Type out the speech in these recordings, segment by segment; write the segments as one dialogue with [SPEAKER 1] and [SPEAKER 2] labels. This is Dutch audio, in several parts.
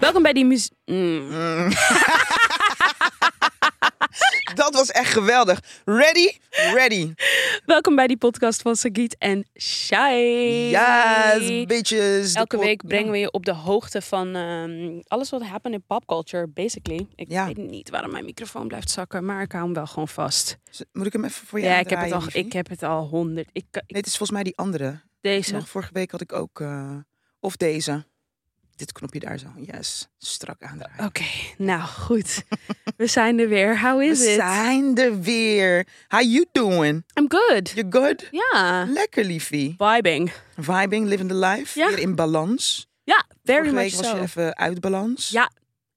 [SPEAKER 1] Welkom bij die muziek. Mm.
[SPEAKER 2] Dat was echt geweldig. Ready? Ready.
[SPEAKER 1] Welkom bij die podcast van Sagit en Shai.
[SPEAKER 2] Yes, bitches. De
[SPEAKER 1] Elke
[SPEAKER 2] pod-
[SPEAKER 1] week brengen we je op de hoogte van ehm, alles wat happened in popculture, basically. Ik
[SPEAKER 2] Ja.
[SPEAKER 1] weet niet waarom mijn microfoon blijft zakken, maar ik hou hem wel gewoon vast.
[SPEAKER 2] Moet ik hem even voor je
[SPEAKER 1] Ja, ik, heb het al,
[SPEAKER 2] aandraaien,
[SPEAKER 1] ik heb het al honderd. Ik, kan- ik-
[SPEAKER 2] Nee, het is volgens mij die andere.
[SPEAKER 1] deze.
[SPEAKER 2] Nog vorige week had ik ook... eh, of deze. Dit knopje daar zo. Yes. Strak aandraaien.
[SPEAKER 1] Oké, nou goed. we zijn er weer. How
[SPEAKER 2] We
[SPEAKER 1] is it?
[SPEAKER 2] zijn er weer. How you doing?
[SPEAKER 1] I'm good.
[SPEAKER 2] You good?
[SPEAKER 1] Ja.
[SPEAKER 2] Lekker, liefie.
[SPEAKER 1] Vibing.
[SPEAKER 2] Vibing, living the life.
[SPEAKER 1] Ja.
[SPEAKER 2] Weer in balans.
[SPEAKER 1] Ja, very
[SPEAKER 2] vorige
[SPEAKER 1] much
[SPEAKER 2] week was je
[SPEAKER 1] so.
[SPEAKER 2] even uit balans.
[SPEAKER 1] Ja.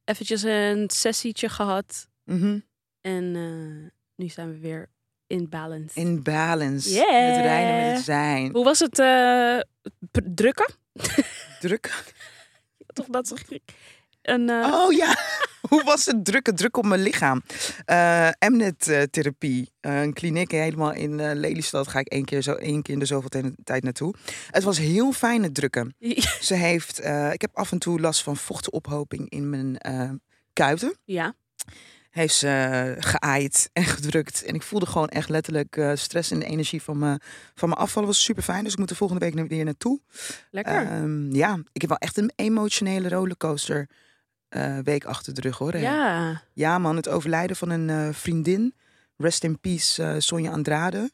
[SPEAKER 1] Eventjes een sessietje gehad.
[SPEAKER 2] Mhm.
[SPEAKER 1] En eh, nu zijn we weer in balance.
[SPEAKER 2] In balance.
[SPEAKER 1] Yeah.
[SPEAKER 2] Het rijden met het zijn.
[SPEAKER 1] Hoe was het eh, p- drukken?
[SPEAKER 2] Druk.
[SPEAKER 1] Toch dat zeg ik. Een, eh,
[SPEAKER 2] Oh ja. Hoe was het drukken? Druk op mijn lichaam. Eh Mnet-therapie. Eh, een kliniek helemaal in eh, Lelystad. Ga ik één keer, zo, één keer in de zoveel te- tijd naartoe. Het was heel fijn het drukken. Ze heeft, eh, ik heb af en toe last van vochtophoping in mijn eh, kuiten.
[SPEAKER 1] Ja.
[SPEAKER 2] Heeft ze eh, geaaid en gedrukt. En ik voelde gewoon echt letterlijk eh, stress en de energie van mijn, van mijn afvallen. was super fijn. Dus ik moet de volgende week weer naartoe.
[SPEAKER 1] Lekker.
[SPEAKER 2] Ehm, ja, ik heb wel echt een emotionele rollercoaster eh, week achter de rug hoor. hè.
[SPEAKER 1] ja.
[SPEAKER 2] Ja, man, het overlijden van een eh, vriendin. Rest in peace, eh, Sonja Andrade.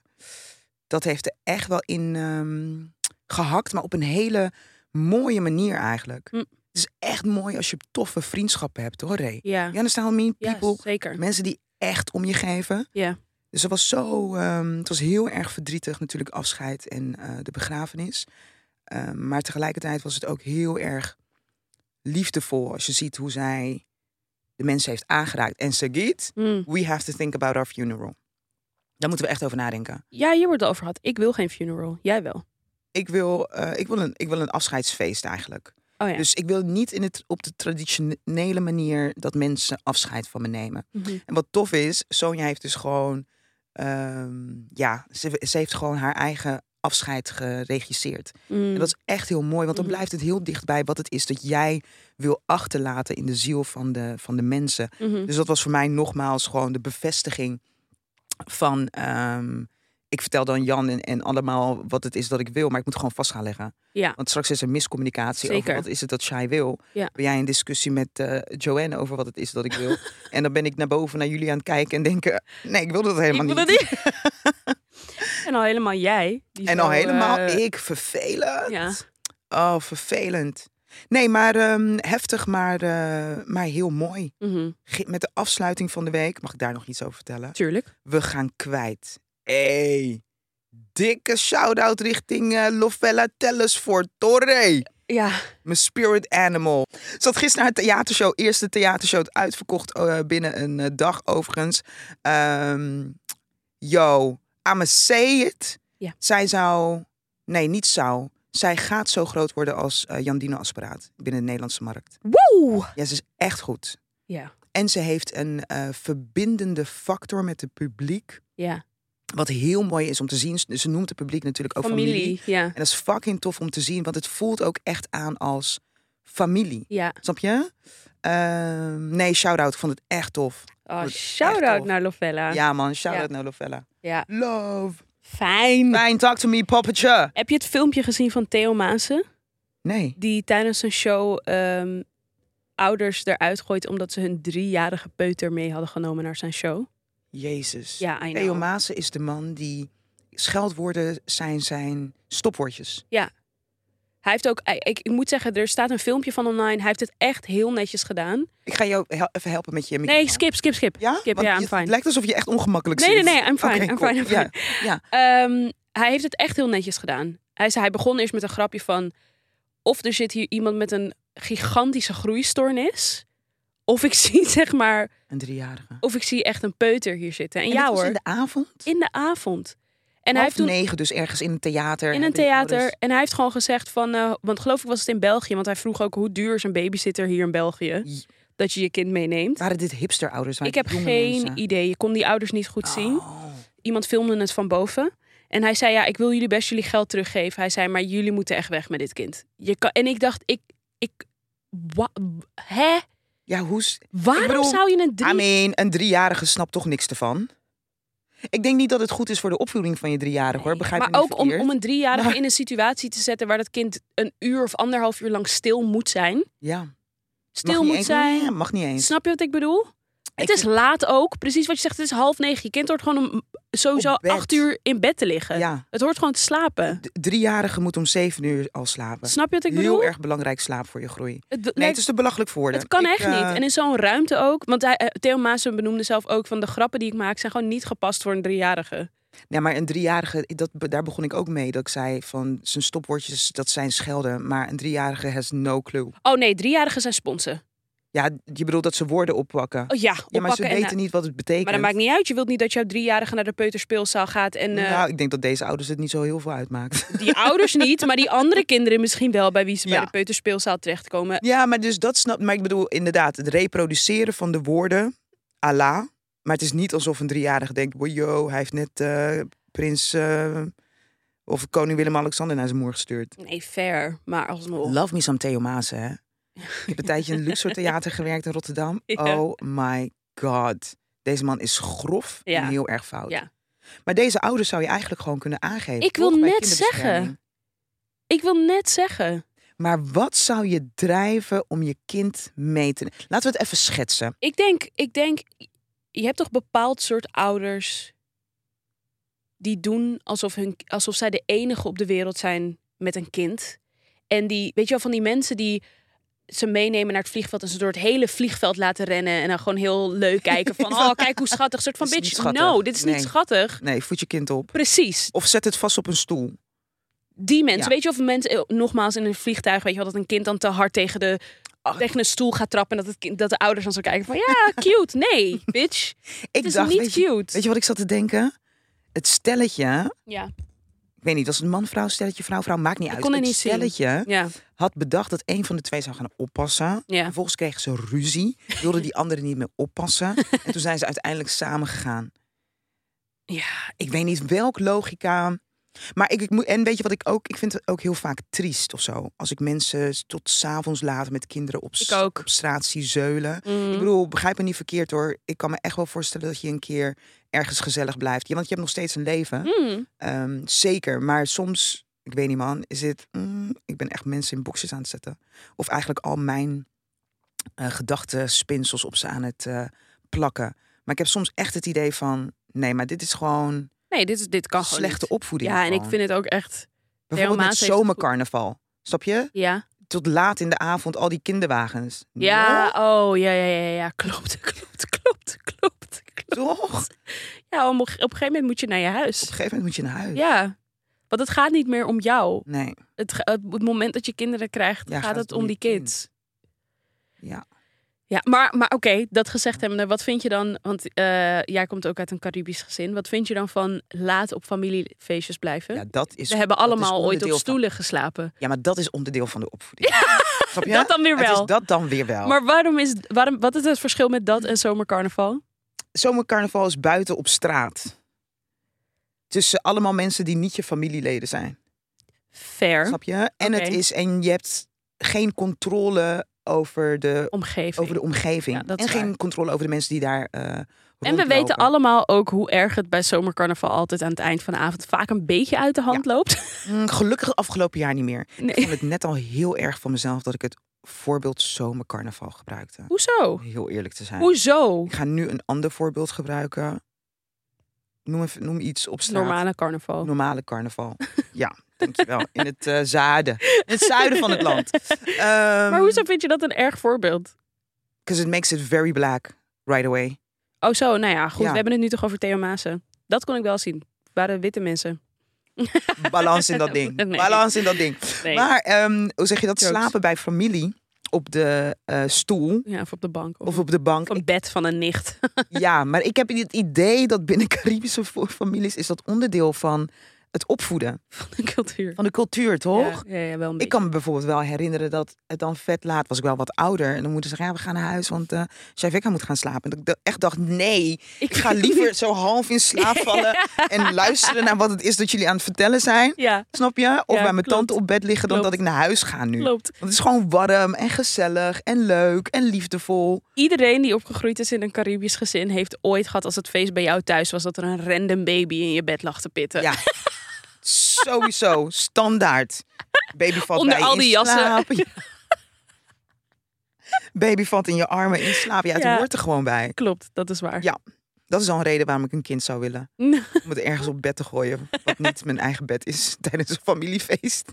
[SPEAKER 2] Dat heeft er echt wel in ehm, gehakt, maar op een hele mooie manier eigenlijk.
[SPEAKER 1] Mm.
[SPEAKER 2] Het is echt mooi als je toffe vriendschappen hebt hoor, Ray.
[SPEAKER 1] Ja.
[SPEAKER 2] You understand me?
[SPEAKER 1] Ja,
[SPEAKER 2] People,
[SPEAKER 1] zeker.
[SPEAKER 2] mensen die echt om je geven.
[SPEAKER 1] Ja.
[SPEAKER 2] Dus dat was zo, ehm, het was heel erg verdrietig natuurlijk, afscheid en eh, de begrafenis. Ehm, maar tegelijkertijd was het ook heel erg liefdevol als je ziet hoe zij de mensen heeft aangeraakt. En Sagit,
[SPEAKER 1] Hm.
[SPEAKER 2] we have to think about our funeral. Daar moeten we echt over nadenken.
[SPEAKER 1] Ja, hier wordt het over gehad. Ik wil geen funeral. Jij wel.
[SPEAKER 2] Ik wil, eh, ik wil, een, ik wil een afscheidsfeest eigenlijk.
[SPEAKER 1] Oh ja.
[SPEAKER 2] Dus ik wil niet in het, op de traditionele manier dat mensen afscheid van me nemen.
[SPEAKER 1] Mhm.
[SPEAKER 2] En wat tof is, Sonja heeft dus gewoon, ehm, ja, ze, ze heeft gewoon haar eigen afscheid geregisseerd.
[SPEAKER 1] Mm.
[SPEAKER 2] En dat is echt heel mooi, want dan
[SPEAKER 1] Mhm.
[SPEAKER 2] blijft het heel dichtbij wat het is dat jij wil achterlaten in de ziel van de, van de mensen.
[SPEAKER 1] Mhm.
[SPEAKER 2] Dus dat was voor mij nogmaals gewoon de bevestiging van, ehm, ik vertel dan Jan en, en allemaal wat het is dat ik wil, maar ik moet gewoon vast gaan leggen.
[SPEAKER 1] Ja.
[SPEAKER 2] Want straks is er miscommunicatie
[SPEAKER 1] Zeker.
[SPEAKER 2] over wat is het dat Shai wil.
[SPEAKER 1] Ja.
[SPEAKER 2] Ben jij in discussie met eh, Joanne over wat het is dat ik wil. en dan ben ik naar boven naar jullie aan het kijken en denken... Nee, ik wil dat helemaal
[SPEAKER 1] Ik wil
[SPEAKER 2] niet.
[SPEAKER 1] het niet. en al helemaal jij. die
[SPEAKER 2] En al
[SPEAKER 1] zo,
[SPEAKER 2] helemaal
[SPEAKER 1] eh,
[SPEAKER 2] ik. Vervelend.
[SPEAKER 1] Ja.
[SPEAKER 2] Oh, vervelend. Nee, maar ehm, heftig, maar, eh, maar heel mooi.
[SPEAKER 1] mhm.
[SPEAKER 2] Ge- Met de afsluiting van de week, mag ik daar nog iets over vertellen?
[SPEAKER 1] Tuurlijk.
[SPEAKER 2] We gaan kwijt. Hey, dikke shout-out richting eh Lovella Tellesford. Torre.
[SPEAKER 1] Ja.
[SPEAKER 2] Mijn spirit animal. Zat gisteren naar een theatershow. Eerste theatershow. het Uitverkocht eh, binnen een eh, dag overigens. Ehm, yo, I'ma say it.
[SPEAKER 1] Ja.
[SPEAKER 2] Zij zou... Nee, niet zou. Zij gaat zo groot worden als eh Jandine Asperaat. Binnen de Nederlandse markt.
[SPEAKER 1] Woe!
[SPEAKER 2] Ja, ze is echt goed.
[SPEAKER 1] Ja.
[SPEAKER 2] En ze heeft een eh, verbindende factor met het publiek.
[SPEAKER 1] Ja.
[SPEAKER 2] Wat heel mooi is om te zien. Ze noemt het publiek natuurlijk ook familie.
[SPEAKER 1] Familie. Ja.
[SPEAKER 2] En dat is fucking tof om te zien. Want het voelt ook echt aan als familie.
[SPEAKER 1] Ja.
[SPEAKER 2] Snap je? Ehm, nee, shout-out. Ik vond het echt tof.
[SPEAKER 1] Oh,
[SPEAKER 2] Wordt echt
[SPEAKER 1] shout-out
[SPEAKER 2] tof.
[SPEAKER 1] naar Lovella.
[SPEAKER 2] Ja, man. Shout-out naar Lovella.
[SPEAKER 1] Ja.
[SPEAKER 2] Love.
[SPEAKER 1] Fijn.
[SPEAKER 2] Fijn, talk to me, poppetje.
[SPEAKER 1] Heb je het filmpje gezien van Theo Maassen?
[SPEAKER 2] Nee.
[SPEAKER 1] Die tijdens een show ehm, ouders eruit gooit omdat ze hun driejarige peuter mee hadden genomen naar zijn show.
[SPEAKER 2] Jezus.
[SPEAKER 1] Ja, nou. I know.
[SPEAKER 2] Theo Maassen is de man die... Scheldwoorden zijn zijn stopwoordjes.
[SPEAKER 1] Hij heeft ook, ik, ik moet zeggen, er staat een filmpje van online. Hij heeft het echt heel netjes gedaan.
[SPEAKER 2] Ik ga jou hel- even helpen met je
[SPEAKER 1] Nee,
[SPEAKER 2] microfoon.
[SPEAKER 1] skip, skip, skip.
[SPEAKER 2] Ja?
[SPEAKER 1] skip,
[SPEAKER 2] Want
[SPEAKER 1] ja, I'm
[SPEAKER 2] je-
[SPEAKER 1] fine.
[SPEAKER 2] Het lijkt alsof je echt ongemakkelijk
[SPEAKER 1] Nee, nee,
[SPEAKER 2] zit.
[SPEAKER 1] nee, I'm fine,
[SPEAKER 2] Oké,
[SPEAKER 1] I'm
[SPEAKER 2] cool.
[SPEAKER 1] fine, I'm
[SPEAKER 2] Ja.
[SPEAKER 1] Ehm, hij heeft het echt heel netjes gedaan. Hij, zei, hij begon eerst met een grapje van... of er zit hier iemand met een gigantische groeistoornis... of ik zie, zeg maar,
[SPEAKER 2] Een driejarige.
[SPEAKER 1] of ik zie echt een peuter hier zitten. En,
[SPEAKER 2] En
[SPEAKER 1] ja
[SPEAKER 2] dit was
[SPEAKER 1] hoor,
[SPEAKER 2] in de avond?
[SPEAKER 1] in de avond. En
[SPEAKER 2] En
[SPEAKER 1] hij heeft toen
[SPEAKER 2] negen, dus ergens in een theater.
[SPEAKER 1] in een
[SPEAKER 2] heb ik wel
[SPEAKER 1] theater...
[SPEAKER 2] eens-
[SPEAKER 1] en hij heeft gewoon gezegd van... eh, want geloof ik was het in België... want hij vroeg ook hoe duur is een babysitter hier in België...
[SPEAKER 2] J-
[SPEAKER 1] dat je je kind meeneemt.
[SPEAKER 2] Waren dit hipsterouders?
[SPEAKER 1] Ik
[SPEAKER 2] Waren
[SPEAKER 1] heb
[SPEAKER 2] dit jonge
[SPEAKER 1] geen
[SPEAKER 2] mensen?
[SPEAKER 1] idee. Je kon die ouders niet goed zien.
[SPEAKER 2] Oh.
[SPEAKER 1] iemand filmde het van boven. En hij zei, ja, ik wil jullie best jullie geld teruggeven. Hij zei, maar jullie moeten echt weg met dit kind. Je kan... En ik dacht, ik, ik wa- hè?
[SPEAKER 2] Ja, hoe... s-
[SPEAKER 1] Waarom
[SPEAKER 2] bedoel,
[SPEAKER 1] zou je een
[SPEAKER 2] I
[SPEAKER 1] drie...
[SPEAKER 2] mean, een driejarige snapt toch niks ervan. Ik denk niet dat het goed is voor de opvoeding van je driejarige, hoor. Begrijp me
[SPEAKER 1] maar
[SPEAKER 2] niet
[SPEAKER 1] ook om,
[SPEAKER 2] verkeerd.
[SPEAKER 1] om een driejarige
[SPEAKER 2] Maar-
[SPEAKER 1] in een situatie te zetten waar dat kind een uur of anderhalf uur lang stil moet zijn.
[SPEAKER 2] Ja. Mag
[SPEAKER 1] Stil
[SPEAKER 2] niet
[SPEAKER 1] moet
[SPEAKER 2] eens-
[SPEAKER 1] zijn.
[SPEAKER 2] Ja, mag niet eens.
[SPEAKER 1] Snap je wat ik bedoel? Het is laat ook. Precies wat je zegt. Het is half negen. Je kind hoort gewoon om mm, sowieso
[SPEAKER 2] Op bed.
[SPEAKER 1] acht uur in bed te liggen.
[SPEAKER 2] Ja.
[SPEAKER 1] Het hoort gewoon te slapen.
[SPEAKER 2] D- driejarige moet om zeven uur al slapen.
[SPEAKER 1] Snap je wat ik bedoel?
[SPEAKER 2] Heel erg belangrijk slaap voor je groei.
[SPEAKER 1] Het,
[SPEAKER 2] Nee,
[SPEAKER 1] lijkt-
[SPEAKER 2] het is te belachelijk voor woorden.
[SPEAKER 1] het kan
[SPEAKER 2] Ik,
[SPEAKER 1] echt
[SPEAKER 2] eh,
[SPEAKER 1] niet. En in zo'n ruimte ook. Want hij, eh, Theo Maassen benoemde zelf ook van de grappen die ik maak zijn gewoon niet gepast voor een driejarige.
[SPEAKER 2] Ja, maar een driejarige, dat, be- daar begon ik ook mee. Dat ik zei van zijn stopwoordjes, dat zijn schelden. Maar een driejarige has no clue.
[SPEAKER 1] Oh nee, driejarigen zijn sponsen.
[SPEAKER 2] Ja, je bedoelt dat ze woorden oppakken.
[SPEAKER 1] Oh ja,
[SPEAKER 2] ja, maar ze
[SPEAKER 1] oppakken en- eh,
[SPEAKER 2] weten niet wat het betekent.
[SPEAKER 1] Maar dat maakt niet uit. Je wilt niet dat jouw driejarige naar de peuterspeelzaal gaat. En eh,
[SPEAKER 2] Nou, ik denk dat deze ouders het niet zo heel veel uitmaakt.
[SPEAKER 1] die ouders niet, maar die andere kinderen misschien wel bij wie ze bij
[SPEAKER 2] Ja.
[SPEAKER 1] de peuterspeelzaal terechtkomen.
[SPEAKER 2] ja, maar dus dat snap Maar ik bedoel inderdaad, het reproduceren van de woorden Allah. Maar het is niet alsof een driejarige denkt, "Wow, yo, hij heeft net eh, prins eh, of koning Willem-Alexander naar zijn moer gestuurd.
[SPEAKER 1] Nee, fair. Maar alsnog.
[SPEAKER 2] Love me some Theo Maassen, hè? Ik heb een tijdje in het Luxor Theater gewerkt in Rotterdam.
[SPEAKER 1] Ja.
[SPEAKER 2] Oh my god. Deze man is grof
[SPEAKER 1] Ja.
[SPEAKER 2] en heel erg fout.
[SPEAKER 1] Ja.
[SPEAKER 2] Maar deze ouders zou je eigenlijk gewoon kunnen aangeven.
[SPEAKER 1] Ik wil
[SPEAKER 2] toch, bij
[SPEAKER 1] net
[SPEAKER 2] kinderbescherming.
[SPEAKER 1] zeggen. Ik wil net zeggen.
[SPEAKER 2] Maar wat zou je drijven om je kind mee te nemen? Laten we het even schetsen.
[SPEAKER 1] Ik denk, ik denk, je hebt toch bepaald soort ouders die doen alsof, hun, alsof zij de enige op de wereld zijn met een kind. En die, weet je wel, van die mensen die ze meenemen naar het vliegveld en ze door het hele vliegveld laten rennen en dan gewoon heel leuk kijken van, oh kijk hoe schattig, soort van
[SPEAKER 2] Dit is
[SPEAKER 1] bitch,
[SPEAKER 2] niet schattig.
[SPEAKER 1] no, dit is niet
[SPEAKER 2] Nee.
[SPEAKER 1] schattig.
[SPEAKER 2] Nee, voed je kind op.
[SPEAKER 1] Precies,
[SPEAKER 2] Of zet het vast op een stoel.
[SPEAKER 1] die mensen.
[SPEAKER 2] Ja.
[SPEAKER 1] Weet je wel, van mensen, eh, nogmaals in een vliegtuig, weet je wel, dat een kind dan te hard tegen, de,
[SPEAKER 2] Ah.
[SPEAKER 1] tegen een stoel gaat trappen en dat, het kind, dat de ouders dan zo kijken van, ja, cute, nee, bitch.
[SPEAKER 2] Ik
[SPEAKER 1] Het is
[SPEAKER 2] dacht,
[SPEAKER 1] niet
[SPEAKER 2] weet, je,
[SPEAKER 1] cute.
[SPEAKER 2] weet je wat ik zat te denken? Het stelletje,
[SPEAKER 1] Ja,
[SPEAKER 2] ik weet niet, was het man, vrouw, stelletje, vrouw, vrouw, maakt niet uit.
[SPEAKER 1] kon het
[SPEAKER 2] het
[SPEAKER 1] niet zien.
[SPEAKER 2] stelletje
[SPEAKER 1] ja, had
[SPEAKER 2] had bedacht dat een van de twee zou gaan oppassen.
[SPEAKER 1] Ja.
[SPEAKER 2] Vervolgens kregen ze ruzie, wilde die andere niet meer oppassen. en toen zijn ze uiteindelijk samengegaan.
[SPEAKER 1] ja,
[SPEAKER 2] Ik weet niet welk logica. Maar ik, ik moet, en weet je wat ik ook, ik vind het ook heel vaak triest of zo. Als ik mensen tot s'avonds laat met kinderen op, s-
[SPEAKER 1] Ik ook.
[SPEAKER 2] op straat zie zeulen.
[SPEAKER 1] mm,
[SPEAKER 2] Ik bedoel, begrijp me niet verkeerd hoor. Ik kan me echt wel voorstellen dat je een keer ergens gezellig blijft. Ja, want je hebt nog steeds een leven.
[SPEAKER 1] mm.
[SPEAKER 2] Ehm, zeker, maar soms, ik weet niet man, is het, mm, ik ben echt mensen in boxjes aan het zetten. Of eigenlijk al mijn eh gedachtenspinsels op ze aan het eh, plakken. Maar ik heb soms echt het idee van, nee, maar dit is gewoon
[SPEAKER 1] Nee, dit, is- dit kan gewoon
[SPEAKER 2] slechte
[SPEAKER 1] niet.
[SPEAKER 2] opvoeding.
[SPEAKER 1] Ja, en ik
[SPEAKER 2] gewoon.
[SPEAKER 1] vind het ook echt,
[SPEAKER 2] bijvoorbeeld met
[SPEAKER 1] Maas heeft het goed.
[SPEAKER 2] zomercarnaval, snap je?
[SPEAKER 1] ja,
[SPEAKER 2] Tot laat in de avond al die kinderwagens.
[SPEAKER 1] ja, oh, ja, ja, ja, ja, klopt, klopt, klopt, klopt, klopt.
[SPEAKER 2] Nou, toch? Op een
[SPEAKER 1] Ja, om- op een gegeven moment moet je naar je huis.
[SPEAKER 2] gegeven moment moet je naar huis.
[SPEAKER 1] Ja, want het gaat niet meer om jou.
[SPEAKER 2] Nee,
[SPEAKER 1] Het, ge- het moment dat je kinderen krijgt,
[SPEAKER 2] Ja,
[SPEAKER 1] gaat, het om die
[SPEAKER 2] je kind.
[SPEAKER 1] kids.
[SPEAKER 2] ja.
[SPEAKER 1] Ja, maar, maar oké, dat gezegd hebbende, wat vind je dan, want eh, jij komt ook uit een Caribisch gezin, wat vind je dan van laat op familiefeestjes blijven?
[SPEAKER 2] ja, dat is...
[SPEAKER 1] We hebben
[SPEAKER 2] dat is
[SPEAKER 1] allemaal ooit op
[SPEAKER 2] onderdeel van-
[SPEAKER 1] stoelen geslapen.
[SPEAKER 2] Ja, maar dat is onderdeel van de opvoeding. Snap je?
[SPEAKER 1] Dat dan weer
[SPEAKER 2] Het
[SPEAKER 1] wel.
[SPEAKER 2] is dat dan weer wel.
[SPEAKER 1] Maar waarom is, waarom, wat is het verschil met dat en zomercarnaval?
[SPEAKER 2] zomercarnaval is buiten op straat. Tussen allemaal mensen die niet je familieleden zijn.
[SPEAKER 1] Fair.
[SPEAKER 2] Snap je? En het
[SPEAKER 1] Oké.
[SPEAKER 2] is en je hebt geen controle over de,
[SPEAKER 1] Omgeving.
[SPEAKER 2] over de omgeving.
[SPEAKER 1] Ja, dat is
[SPEAKER 2] en geen
[SPEAKER 1] waar.
[SPEAKER 2] controle over de mensen die daar. eh,
[SPEAKER 1] en we
[SPEAKER 2] rondlopen.
[SPEAKER 1] weten allemaal ook hoe erg het bij zomercarnaval altijd aan het eind van de avond vaak een beetje uit de hand loopt.
[SPEAKER 2] Mm, Gelukkig afgelopen jaar niet meer. Ik
[SPEAKER 1] Nee.
[SPEAKER 2] vond het net al heel erg van mezelf dat ik het voorbeeld zomercarnaval gebruikte.
[SPEAKER 1] Hoezo?
[SPEAKER 2] Om heel eerlijk te zijn.
[SPEAKER 1] Hoezo?
[SPEAKER 2] Ik ga nu een ander voorbeeld gebruiken. Noem, even, noem iets op straat.
[SPEAKER 1] Normale carnaval.
[SPEAKER 2] normale carnaval. ja, dankjewel. In het eh, zaden. In het zuiden van het land. Ehm,
[SPEAKER 1] Maar hoezo vind je dat een erg voorbeeld?
[SPEAKER 2] Because it makes it very black right away.
[SPEAKER 1] Oh zo, nou ja, goed.
[SPEAKER 2] Ja.
[SPEAKER 1] We hebben het nu toch over Theo Maassen. Dat kon ik wel zien. Het waren witte mensen.
[SPEAKER 2] Balans in dat ding.
[SPEAKER 1] Nee.
[SPEAKER 2] Balans in dat ding.
[SPEAKER 1] Nee.
[SPEAKER 2] Maar ehm, hoe zeg je dat?
[SPEAKER 1] Jokes.
[SPEAKER 2] Slapen bij familie op de eh, stoel
[SPEAKER 1] Ja, of op de bank. Of,
[SPEAKER 2] of op de bank.
[SPEAKER 1] op een bed van een nicht.
[SPEAKER 2] Ik- ja, maar ik heb het idee dat binnen Caribische vo- families is dat onderdeel van het opvoeden.
[SPEAKER 1] van de cultuur.
[SPEAKER 2] Van de cultuur, toch?
[SPEAKER 1] Ja, ja, ja, wel een
[SPEAKER 2] Ik
[SPEAKER 1] beetje.
[SPEAKER 2] kan me bijvoorbeeld wel herinneren dat het dan vet laat was. Ik wel wat ouder. En dan moeten ze zeggen, ja, we gaan naar huis, want eh Shavika moet gaan slapen. En dat ik da- echt dacht, nee, ik ga liever zo half in slaap vallen en luisteren naar wat het is dat jullie aan het vertellen zijn.
[SPEAKER 1] Ja,
[SPEAKER 2] Snap je? Of
[SPEAKER 1] Ja,
[SPEAKER 2] bij mijn
[SPEAKER 1] klopt.
[SPEAKER 2] tante op bed liggen dan
[SPEAKER 1] Klopt.
[SPEAKER 2] dat ik naar huis ga nu.
[SPEAKER 1] klopt.
[SPEAKER 2] Want het is gewoon warm en gezellig en leuk en liefdevol.
[SPEAKER 1] Iedereen die opgegroeid is in een Caribisch gezin heeft ooit gehad als het feest bij jou thuis was dat er een random baby in je bed lag te pitten.
[SPEAKER 2] Ja, sowieso. Standaard. Baby valt
[SPEAKER 1] Onder
[SPEAKER 2] bij je
[SPEAKER 1] al
[SPEAKER 2] in
[SPEAKER 1] die jassen.
[SPEAKER 2] slaap. Baby valt in je armen in slaap. Ja, het
[SPEAKER 1] Ja.
[SPEAKER 2] hoort er gewoon bij.
[SPEAKER 1] Klopt, dat is waar.
[SPEAKER 2] Ja. Dat is al een reden waarom ik een kind zou willen. Om het ergens op bed te gooien. Wat niet mijn eigen bed is tijdens een familiefeest.